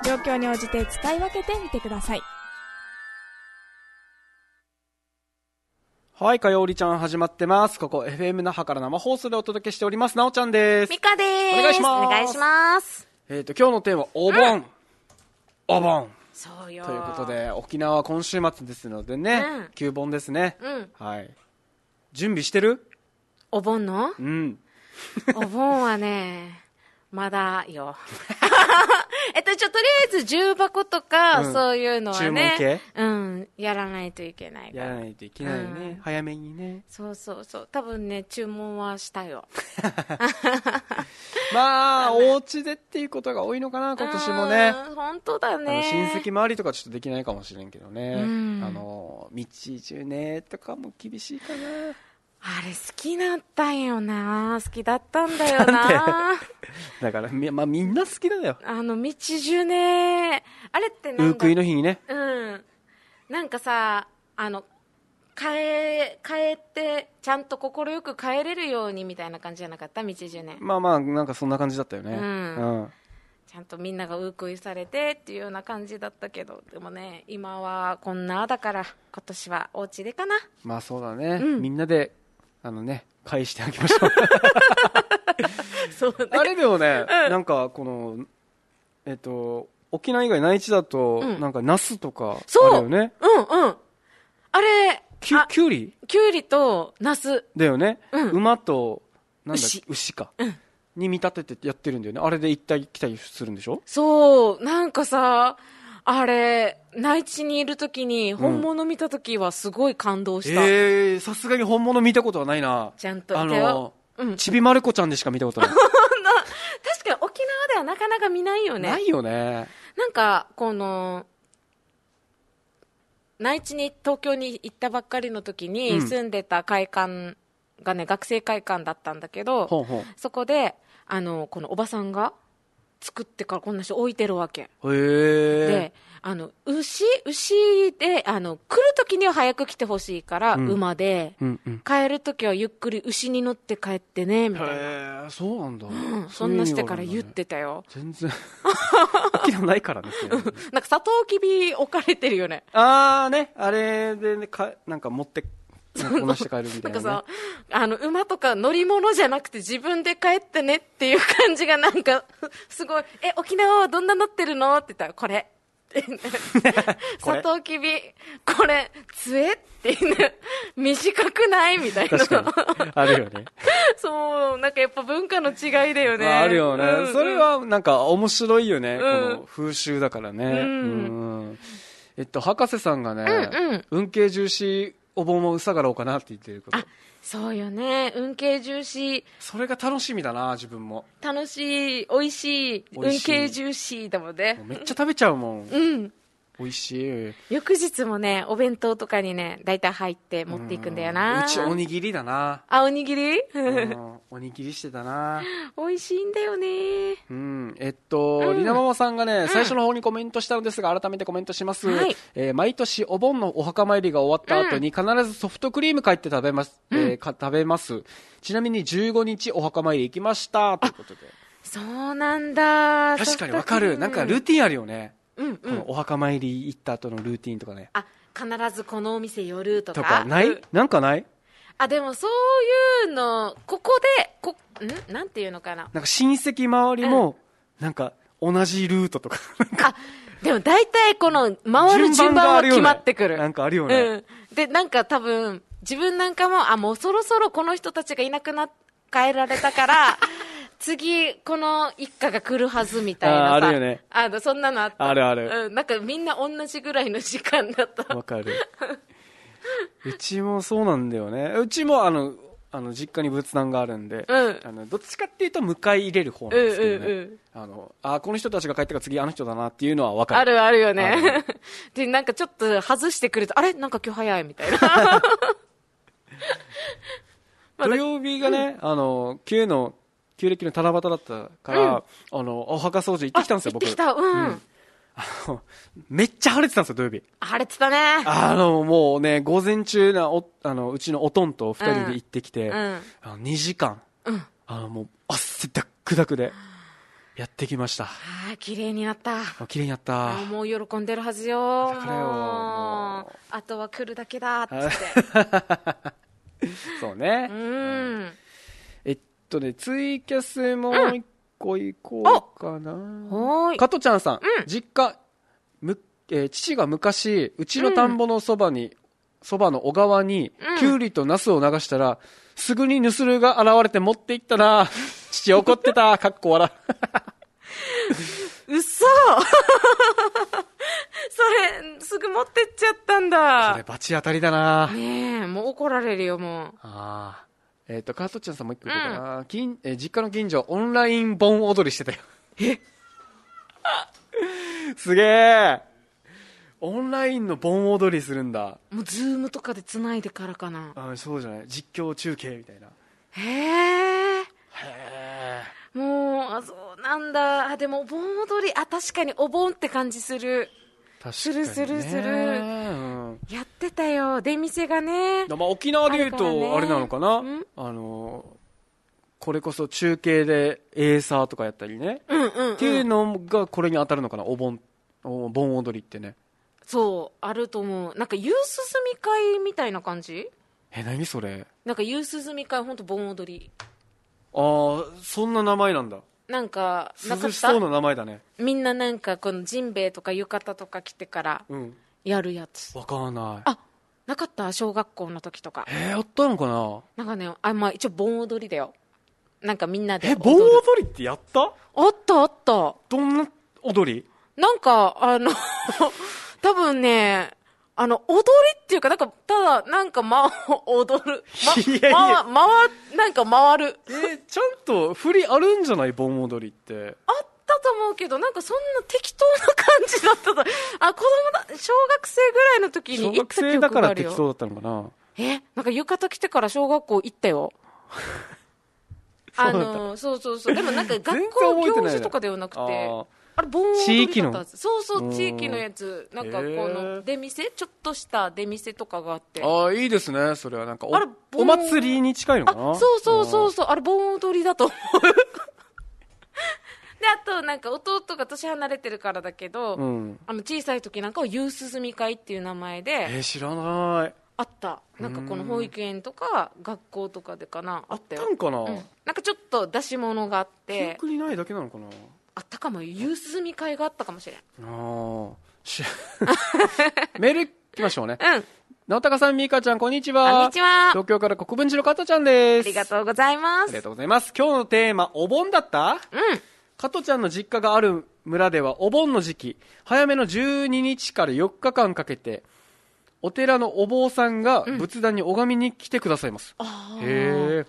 [SPEAKER 5] 状況に応じて使い分けてみてください
[SPEAKER 1] はい、かよおりちゃん始まってます。ここ、FM 那覇から生放送でお届けしております。なおちゃんです
[SPEAKER 2] ミ。カです。
[SPEAKER 1] お願いします
[SPEAKER 2] お願いします。
[SPEAKER 1] えっと、今日のテーマ、お盆。お盆。
[SPEAKER 2] そうよ
[SPEAKER 1] ということで沖縄は今週末ですのでね、
[SPEAKER 2] うん
[SPEAKER 1] 旧盆ですね、
[SPEAKER 2] うん
[SPEAKER 1] はい準備してる
[SPEAKER 2] お盆の
[SPEAKER 1] うん
[SPEAKER 2] <laughs> お盆はね、まだよ。 <laughs> えっと、一応、とりあえず重箱とか、
[SPEAKER 1] うん
[SPEAKER 2] そういうのはね。
[SPEAKER 1] 注文系
[SPEAKER 2] うん、やらないといけないか
[SPEAKER 1] や
[SPEAKER 2] ら。
[SPEAKER 1] らないといけないね、
[SPEAKER 2] うん
[SPEAKER 1] 早めにね
[SPEAKER 2] そうそうそう。多分ね、注文はしたよ。
[SPEAKER 1] ま <laughs> あお家でっていうことが多いのかな今年もね
[SPEAKER 2] うん。本当だ
[SPEAKER 1] あの
[SPEAKER 2] ね。
[SPEAKER 1] 親戚周りとかちょっとできないかもしれんけどね、
[SPEAKER 2] うん
[SPEAKER 1] あの道ねとかも厳しいかな
[SPEAKER 2] あれ、好きだったんよな。好きだったんだよな。
[SPEAKER 1] だからみ,、まあ、みんな好きだよ
[SPEAKER 2] あの、道中ね。あれってなん
[SPEAKER 1] ウ
[SPEAKER 2] だ
[SPEAKER 1] ークイの日にね
[SPEAKER 2] うん。なんかさ、あの、変え、変えて、ちゃんと快く帰れるようにみたいな感じじゃなかった道10年。
[SPEAKER 1] まあまあなんかそんな感じだったよね
[SPEAKER 2] うん
[SPEAKER 1] うん
[SPEAKER 2] ちゃんとみんながうくいされてっていうような感じだったけど、でもね、今はこんなだから、今年はお家でかな。
[SPEAKER 1] まあそうだね、
[SPEAKER 2] うん
[SPEAKER 1] みんなであのね返 <laughs> してあげましょう
[SPEAKER 2] そうね。
[SPEAKER 1] あれでもね、なんかこのえっと沖縄以外内地だと、
[SPEAKER 2] うん
[SPEAKER 1] なんかナスとかあ
[SPEAKER 2] そう
[SPEAKER 1] るよね
[SPEAKER 2] うんうん。あれ、
[SPEAKER 1] きゅ
[SPEAKER 2] あ
[SPEAKER 1] きゅうり
[SPEAKER 2] きゅうりとナス。
[SPEAKER 1] だよね、
[SPEAKER 2] うん
[SPEAKER 1] 馬となんだっけ
[SPEAKER 2] 牛
[SPEAKER 1] 牛か、に見立ててやってるんだよねあれで行ったり来たりするんでしょ
[SPEAKER 2] そう、なんかさ、あれ、内地にいるときに、本物見たときはすごい感動した。
[SPEAKER 1] ええさすがに本物見たことはないな
[SPEAKER 2] ちゃんと
[SPEAKER 1] あ
[SPEAKER 2] いたよ
[SPEAKER 1] の、
[SPEAKER 2] うん
[SPEAKER 1] ちびまる子ちゃんでしか見たことない
[SPEAKER 2] 確かに沖縄ではなかなか見ないよね。
[SPEAKER 1] ないよね
[SPEAKER 2] なんか、この、内地に、東京に行ったばっかりの時に、
[SPEAKER 1] うん
[SPEAKER 2] 住んでた会館がね、学生会館だったんだけど、
[SPEAKER 1] ほんほんへ
[SPEAKER 2] そこで、あの、このおばさんが作ってからこんな人置いてるわけ。
[SPEAKER 1] え
[SPEAKER 2] で、あの、牛、牛で、あの、来る時には早く来てほしいから、
[SPEAKER 1] うん
[SPEAKER 2] 馬で、
[SPEAKER 1] うんうん
[SPEAKER 2] 帰る時はゆっくり牛に乗って帰ってね、みたいな。
[SPEAKER 1] へえそうなんだ、
[SPEAKER 2] うんそ
[SPEAKER 1] うんいう
[SPEAKER 2] な
[SPEAKER 1] 意味
[SPEAKER 2] して
[SPEAKER 1] があ
[SPEAKER 2] か
[SPEAKER 1] る
[SPEAKER 2] ら
[SPEAKER 1] んだね
[SPEAKER 2] 言ってたよ。
[SPEAKER 1] 全然沖縄ないからね
[SPEAKER 2] <laughs> なんか、サトウキビ置かれてるよね。
[SPEAKER 1] ああねあれでねかなんか持ってこなして帰るみた
[SPEAKER 2] ないん
[SPEAKER 1] な,、
[SPEAKER 2] か
[SPEAKER 1] ね、
[SPEAKER 2] さ、あの、馬とか乗り物じゃなくて自分で帰ってねっていう感じがなんか、 <laughs> すごい、え、沖縄はどんな乗ってるのって言ったら、
[SPEAKER 1] <laughs>
[SPEAKER 2] これ。
[SPEAKER 1] これ
[SPEAKER 2] サトウキビ、これ、杖っていうね、短くないみたいな。
[SPEAKER 1] 確かにあるよね
[SPEAKER 2] <laughs> そう、なんかやっぱ文化の違いだよね。
[SPEAKER 1] まああるよね、
[SPEAKER 2] うん
[SPEAKER 1] それ、はなんか面白いよね、
[SPEAKER 2] うん
[SPEAKER 1] この風習だからね、う
[SPEAKER 2] ん
[SPEAKER 1] んえっと博士さんがね、
[SPEAKER 2] うんうん
[SPEAKER 1] 運慶重視お盆もうさがろうかなって言ってること
[SPEAKER 2] あそうよね。運慶重視、
[SPEAKER 1] それが楽しみだな自分も
[SPEAKER 2] 楽しい、美味しい、
[SPEAKER 1] 美味
[SPEAKER 2] 運
[SPEAKER 1] しい
[SPEAKER 2] 慶重視だもんね
[SPEAKER 1] もう。めっちゃ食べちゃうもん、
[SPEAKER 2] うん。
[SPEAKER 1] 美味しい
[SPEAKER 2] 翌日もね、お弁当とかにね、大体入って持っていくんだよな。
[SPEAKER 1] うちおにぎりだな
[SPEAKER 2] あ、おにぎり <laughs>
[SPEAKER 1] うんおにぎりしてたな
[SPEAKER 2] 美味しいんだよね。
[SPEAKER 1] うん、えっと、りなママさんがね、最初の方にコメントしたのですが、改めてコメントします。
[SPEAKER 2] はい
[SPEAKER 1] えー毎年お盆のお墓参りが終わった後に、必ずソフトクリーム買って食べます、えーか食べます。ちなみに15日お墓参り行きました、ということで。
[SPEAKER 2] そうなんだ。
[SPEAKER 1] 確かにわかる。なんかルー
[SPEAKER 2] テ
[SPEAKER 1] ティンあるよね。
[SPEAKER 2] うんう
[SPEAKER 1] この
[SPEAKER 2] ん。
[SPEAKER 1] お墓参り行った後のルーティンとかね。
[SPEAKER 2] あ、必ずこのお店寄るとか。
[SPEAKER 1] とか、な
[SPEAKER 2] う
[SPEAKER 1] い
[SPEAKER 2] ん
[SPEAKER 1] なんかない
[SPEAKER 2] あ、でもそういうの、ここで、こ、んなんていうのかな。
[SPEAKER 1] なんか親戚周りも、なんか同じルートとか、
[SPEAKER 2] あ、でも大体この回る順番は決まってくる。
[SPEAKER 1] なんかあるよね。
[SPEAKER 2] うん。で、なんか多分、自分なんかも、あ、もうそろそろこの人たちがいなくな、帰られ
[SPEAKER 1] <laughs>
[SPEAKER 2] たから、次、この一家が来るはずみたいなさ。
[SPEAKER 1] あーあるよね
[SPEAKER 2] あのそんなのあった。
[SPEAKER 1] あるある
[SPEAKER 2] うん。なんかみんな同じぐらいの時間だった。
[SPEAKER 1] わかる。うちもそうなんだよね。うちもあの、あの、実家に仏壇があるんで、
[SPEAKER 2] うん
[SPEAKER 1] あのどっちかっていうと迎え入れる方なんですけどね。
[SPEAKER 2] うんうんうん
[SPEAKER 1] あの、あ、この人たちが帰ったから次あの人だなっていうのはわかる。
[SPEAKER 2] あるあるよ
[SPEAKER 1] あ
[SPEAKER 2] ね。で、なんかちょっと外してくると、あれなんか今日早いみたいな。 <laughs> まあ
[SPEAKER 1] 土曜日がね、あの、旧の、旧暦の七夕だったから、あの、お墓掃除行ってきたんですよ、
[SPEAKER 2] あ行っ
[SPEAKER 1] 僕。
[SPEAKER 2] <laughs> てきた、うん。
[SPEAKER 1] <laughs> めっちゃ晴れてたんですよ、土曜日。
[SPEAKER 2] 晴れてたね。
[SPEAKER 1] あの、もうね、午前中な、お、あの、うちのおとんと二人で行ってきて、
[SPEAKER 2] うんうん
[SPEAKER 1] あの2時間、あの、もう、汗だっくだくで、やってきました。
[SPEAKER 2] ああ、綺麗になった。
[SPEAKER 1] あ綺麗になった
[SPEAKER 2] あ。もう喜んでるはずよ。
[SPEAKER 1] だからよ
[SPEAKER 2] も
[SPEAKER 1] も
[SPEAKER 2] うあとは来るだけだっつって。
[SPEAKER 1] <laughs> そうね、 <laughs>
[SPEAKER 2] うん。
[SPEAKER 1] えっとね、ツイキャスもう一個行こうかな。
[SPEAKER 2] はーい。
[SPEAKER 1] 加トちゃんさん、実家、む、えー父が昔、うちの田んぼのそばに、そばの小川に、きゅうりとナスを流したら、すぐにヌスルが現れて持っていったな。 <laughs> 父怒ってた。かっこ笑。
[SPEAKER 2] う <laughs> そそれ、すぐ持ってっちゃったん
[SPEAKER 1] これ、
[SPEAKER 2] だ。
[SPEAKER 1] バチ当たりだな。
[SPEAKER 2] ねえ、もう怒られるよ、も
[SPEAKER 1] ああ。えっ、と、カートッチャンさんもう一個いこうかな、近えー実家の近所、オンライン盆踊りしてたよ。え <laughs> すげえオンラインの盆踊りするんだ。
[SPEAKER 2] う。もう、ズームとかで繋いでからかな。
[SPEAKER 1] あそうじゃない実況中継みたいな。
[SPEAKER 2] へえ。
[SPEAKER 1] へえ。
[SPEAKER 2] もう、あ、そうなんだ。あ、でも、盆踊り、あ、確かにお盆って感じする。
[SPEAKER 1] 確かに、ね。
[SPEAKER 2] するするする
[SPEAKER 1] うん
[SPEAKER 2] やってたよ。出店がね。
[SPEAKER 1] まあ、沖縄で言う
[SPEAKER 2] あるからね
[SPEAKER 1] と、あれなのかな
[SPEAKER 2] うん
[SPEAKER 1] あの、これこそ中継でエーサーとかやったりね。
[SPEAKER 2] うんうん、
[SPEAKER 1] っていう
[SPEAKER 2] うん。
[SPEAKER 1] のがこれに当たるのかなお盆、お盆踊りってね。
[SPEAKER 2] そう、あると思う。なんか、夕涼み会みたいな感じ
[SPEAKER 1] え、何それ
[SPEAKER 2] なんか、夕涼み会、ほんと盆踊り。
[SPEAKER 1] ああ、そんな名前なんだ。
[SPEAKER 2] なんか、なか
[SPEAKER 1] 涼
[SPEAKER 2] っ
[SPEAKER 1] しそ
[SPEAKER 2] た
[SPEAKER 1] うな名前だね。
[SPEAKER 2] みんななんか、このジンベエとか浴衣とか着てから、
[SPEAKER 1] うん。
[SPEAKER 2] やるやつ。
[SPEAKER 1] わからない。
[SPEAKER 2] あ、なかった小学校の時とか。
[SPEAKER 1] えー、やったのかな
[SPEAKER 2] なんかね、あ、まあ一応盆踊りだよ。なんかみんなで
[SPEAKER 1] え、
[SPEAKER 2] 踊る。
[SPEAKER 1] 盆踊りってやった
[SPEAKER 2] あったあった。
[SPEAKER 1] どんな踊り
[SPEAKER 2] なんか、あの、 <laughs> 多分ね、あの、踊りっていうか、なんか、ただ、なんか、ま、踊る。
[SPEAKER 1] いやいや
[SPEAKER 2] ま、まわ、回、なんか回る。
[SPEAKER 1] え <laughs> ー、ちゃんと振りあるんじゃない盆踊りって。
[SPEAKER 2] あったと思うけど、なんかそんな適当な感じだったと。あ、子供だ、小学生ぐらいの時
[SPEAKER 1] 小
[SPEAKER 2] に行っ
[SPEAKER 1] 学
[SPEAKER 2] た記
[SPEAKER 1] 生だか
[SPEAKER 2] 憶が
[SPEAKER 1] ら
[SPEAKER 2] ある
[SPEAKER 1] 適
[SPEAKER 2] よ。
[SPEAKER 1] 当だったのかな
[SPEAKER 2] え、なんか浴衣着てから小学校行っ
[SPEAKER 1] <laughs>
[SPEAKER 2] たよ。あの、そうそうそう。でもなんか学校
[SPEAKER 1] 全然覚えて
[SPEAKER 2] 行
[SPEAKER 1] ない
[SPEAKER 2] 事
[SPEAKER 1] ね
[SPEAKER 2] とかではなくて、
[SPEAKER 1] あー
[SPEAKER 2] あれ、盆踊りだったはず。そう
[SPEAKER 1] う
[SPEAKER 2] そ
[SPEAKER 1] ん
[SPEAKER 2] う、地域のやつ。なんかこ
[SPEAKER 1] へー
[SPEAKER 2] の出店、ちょっとした出店とかがあって。あ
[SPEAKER 1] ああ、いいですね。それはなんかお
[SPEAKER 2] あれ、
[SPEAKER 1] お祭りに近いのかな
[SPEAKER 2] そうそうそ
[SPEAKER 1] ん
[SPEAKER 2] うそう、あれ盆踊りだと思う。 <laughs> で、あとなんか弟が年離れてるからだけど、
[SPEAKER 1] うん。
[SPEAKER 2] あの小さい時なんかを夕涼み会っていう名前
[SPEAKER 1] え
[SPEAKER 2] で
[SPEAKER 1] ー、知らない。
[SPEAKER 2] あった。なんかこの保育園とか学校とかでかな、
[SPEAKER 1] あ
[SPEAKER 2] あっ
[SPEAKER 1] ったた
[SPEAKER 2] よ。
[SPEAKER 1] んかな、
[SPEAKER 2] うんなんかちょっと出し物があっ
[SPEAKER 1] 記
[SPEAKER 2] て、
[SPEAKER 1] 憶にないだけなのかな
[SPEAKER 2] あったかもよ、夕涼み会があったかもしれ
[SPEAKER 1] <laughs>
[SPEAKER 2] ん。
[SPEAKER 1] ああ。しメール行きましょうね。
[SPEAKER 2] うん、
[SPEAKER 1] 直高さん、みーかちゃん、こんにちは。
[SPEAKER 2] こんにちは。あ
[SPEAKER 1] 東京から国分寺の加藤ちゃんです。
[SPEAKER 2] りがとうございま
[SPEAKER 1] ありが
[SPEAKER 2] す。
[SPEAKER 1] とうございます。今日のテーマ、お盆だった
[SPEAKER 2] うん。
[SPEAKER 1] 加藤ちゃんの実家がある村ではお盆の時期、早めの12日から4日間かけて、お寺のお坊さんが仏壇に拝みに来てくださいます。
[SPEAKER 2] あー
[SPEAKER 1] へ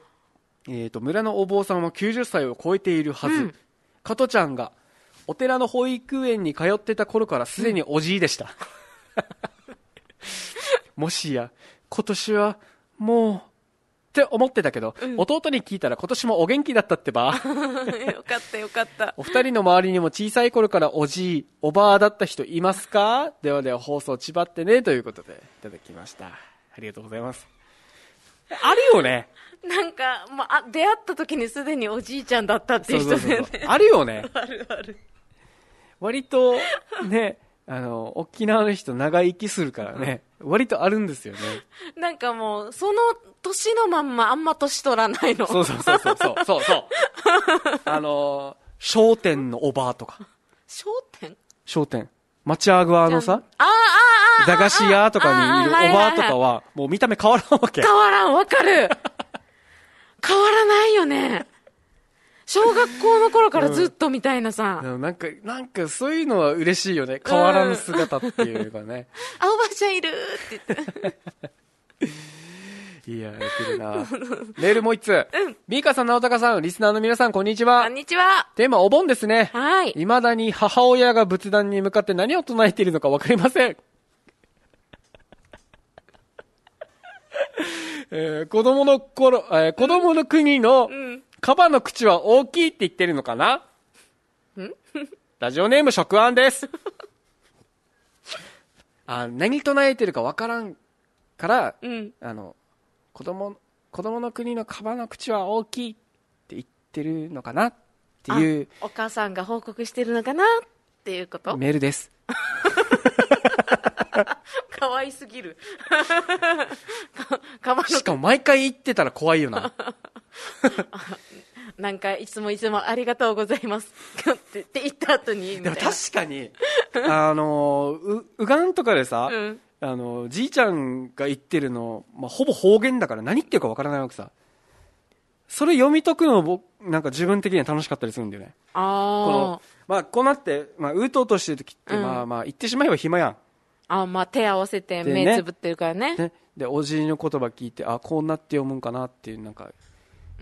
[SPEAKER 1] え。えっ、と、村のお坊さんは90歳を超えているはず。
[SPEAKER 2] うん
[SPEAKER 1] 加藤ちゃんが、お寺の保育園に通ってた頃からすでにおじいでした。 <laughs> もしや、今年は、もう、って思ってたけど、弟に聞いたら今年もお元気だったって
[SPEAKER 2] <laughs>
[SPEAKER 1] ば。
[SPEAKER 2] よかったよかった。
[SPEAKER 1] お二人の周りにも小さい頃からおじい、おばあだった人いますかではでは放送ちばってね、ということで、いただきました。ありがとうございます。あるよね。
[SPEAKER 2] なんか、まあ、出会った時にすでにおじいちゃんだったって
[SPEAKER 1] そ
[SPEAKER 2] いうう人
[SPEAKER 1] そうそ
[SPEAKER 2] だよ
[SPEAKER 1] う
[SPEAKER 2] ね。。
[SPEAKER 1] あるよね。
[SPEAKER 2] あるある。
[SPEAKER 1] 割と、ね、あの、沖縄の人長生きするからね、割とあるんですよね。
[SPEAKER 2] <laughs> なんかもう、その年のまんまあんま年取らないの。
[SPEAKER 1] そうそうそうそうそう、そうそう。あの、商店のおばあとか、
[SPEAKER 2] 商店
[SPEAKER 1] 商店、町アグアのさ、
[SPEAKER 2] あーあーあーあー
[SPEAKER 1] 駄菓子屋とかにいるおばあとか
[SPEAKER 2] は
[SPEAKER 1] は、もう見た目変わらんわけ
[SPEAKER 2] い。変わらん、わ
[SPEAKER 1] <laughs>
[SPEAKER 2] かる。変わらないよね。小学校の頃からずっとみたいなさ。
[SPEAKER 1] でもなんか、なんかそういうのは嬉しいよね。変わらぬ姿っていうか
[SPEAKER 2] <laughs>
[SPEAKER 1] ね。
[SPEAKER 2] あ、おばあちゃんいるって言って。
[SPEAKER 1] いや、やってるな。メールもう一通。ビーカーさん、直高さん、リスナーの皆さん、こんにち
[SPEAKER 2] こ
[SPEAKER 1] は
[SPEAKER 2] ん。にちは。
[SPEAKER 1] テーマ、お盆ですね。
[SPEAKER 2] はい。
[SPEAKER 1] いまだに母親が仏壇に向かって何を唱えているのかわかりません。 <laughs> えー子供の頃、えー子供の国の、カバの口は大きいって言ってるのかな <laughs> ラジオネーム食案
[SPEAKER 2] <laughs>
[SPEAKER 1] です。あ何唱えてるかわからんから、
[SPEAKER 2] うん。
[SPEAKER 1] あの、子供、子供の国のカバの口は大きいって言ってるのかなっていう
[SPEAKER 2] お母さんが報告してるのかなっていうこと
[SPEAKER 1] メールです。
[SPEAKER 2] 可愛すぎる。 <laughs> か、かば <laughs>
[SPEAKER 1] しかも毎回言ってたら怖いよな。
[SPEAKER 2] なんかいつもいつもありがとうございますってって言った後にみ
[SPEAKER 1] で
[SPEAKER 2] たい
[SPEAKER 1] も
[SPEAKER 2] な
[SPEAKER 1] 確かにあのううがんとかでさ、
[SPEAKER 2] うん
[SPEAKER 1] あのじいちゃんが言ってるの、まあ、ほぼ方言だから何言ってるかわからないわけさそれ読み解くの僕なんか自分的には楽しかったりするんだよねこ
[SPEAKER 2] あ
[SPEAKER 1] のまあこうなって、まあ、うとうとしてる時って、
[SPEAKER 2] うん
[SPEAKER 1] まあまあ言ってしまえば暇やん
[SPEAKER 2] ああまあ手合わせて
[SPEAKER 1] で
[SPEAKER 2] 目
[SPEAKER 1] ね
[SPEAKER 2] つぶってるからね
[SPEAKER 1] ね、でおじいの言葉聞いてあこうなって読むんかなっていうなんか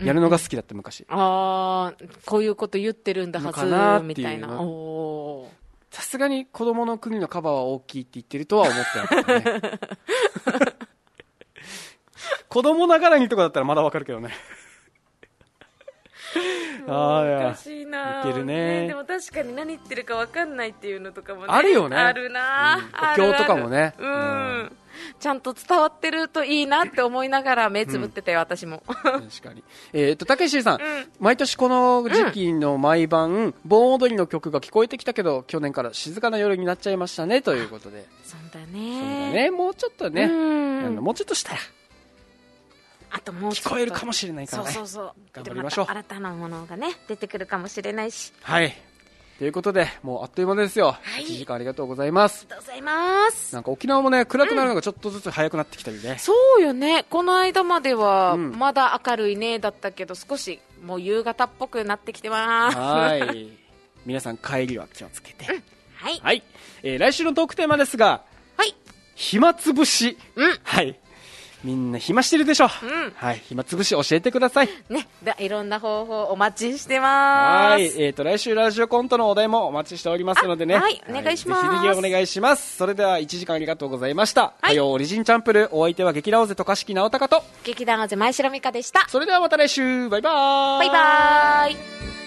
[SPEAKER 1] やるのが好きだった昔
[SPEAKER 2] ああこういうこと言ってるんだは
[SPEAKER 1] のかなっ
[SPEAKER 2] ず
[SPEAKER 1] ていう
[SPEAKER 2] みたいな
[SPEAKER 1] の
[SPEAKER 2] おー
[SPEAKER 1] さすがに子供の国のカバーは大きいって言ってるとは思ってなかった
[SPEAKER 2] <laughs>
[SPEAKER 1] ね子供ながらにとかだったらまだわかるけどねあーい
[SPEAKER 2] おか
[SPEAKER 1] や
[SPEAKER 2] しいない
[SPEAKER 1] けるね
[SPEAKER 2] でも確かに何言ってるか分かんないっていうのとかもね
[SPEAKER 1] あるよね
[SPEAKER 2] あるな、
[SPEAKER 1] うん
[SPEAKER 2] あるある
[SPEAKER 1] お経とかもね
[SPEAKER 2] うん、
[SPEAKER 1] うん
[SPEAKER 2] ちゃんと伝わってるといいなって思いながら目つぶってたよ、私も <laughs>
[SPEAKER 1] 確かにえっ、とたけしさん、
[SPEAKER 2] うん
[SPEAKER 1] 毎年この時期の毎晩、盆踊りの曲が聞こえてきたけど去年から静かな夜になっちゃいましたねということで
[SPEAKER 2] そうだ
[SPEAKER 1] そうだ
[SPEAKER 2] ね
[SPEAKER 1] ねもうちょっとね、
[SPEAKER 2] うん
[SPEAKER 1] あのもうちょっとしたら
[SPEAKER 2] あともうちょっ
[SPEAKER 1] 聞
[SPEAKER 2] と
[SPEAKER 1] こえるかもしれないから
[SPEAKER 2] そう
[SPEAKER 1] ね
[SPEAKER 2] そうそう
[SPEAKER 1] 頑張りましょう
[SPEAKER 2] でた新たなものがね出てくるかもしれないし
[SPEAKER 1] はいということでもうあっという間ですよ、
[SPEAKER 2] い
[SPEAKER 1] 1時間ありがとうございます
[SPEAKER 2] ありがとうございます
[SPEAKER 1] なんか沖縄もね暗くなるのがちょっとずつ早くなってきたりね、
[SPEAKER 2] そうよねこの間までは
[SPEAKER 1] うん
[SPEAKER 2] まだ明るいねだったけど少しもう夕方っぽくなってきてます
[SPEAKER 1] は
[SPEAKER 2] はい
[SPEAKER 1] 皆さん帰りは気をつけて、
[SPEAKER 2] い
[SPEAKER 1] はい、えー来週のトークテーマですが
[SPEAKER 2] はい
[SPEAKER 1] 暇つぶし、
[SPEAKER 2] うん
[SPEAKER 1] はいみんな暇してるでしょ、
[SPEAKER 2] うん
[SPEAKER 1] はい暇つぶし教えてください
[SPEAKER 2] ね、だいろんな方法お待ちしてま
[SPEAKER 1] はい
[SPEAKER 2] す。
[SPEAKER 1] えー、と来週ラジオコントのお題もお待ちしておりますのでね
[SPEAKER 2] あはいお願いします
[SPEAKER 1] ぜひぜひお願いしますそれでは1時間ありがとうございました、
[SPEAKER 2] はい
[SPEAKER 1] 火曜オリジンチャンプルーお相手は劇ラオゼ渡嘉敷直隆と
[SPEAKER 2] 劇団あぜ前城美香でした。
[SPEAKER 1] それではまた来週バイバーイ
[SPEAKER 2] バイバーイ。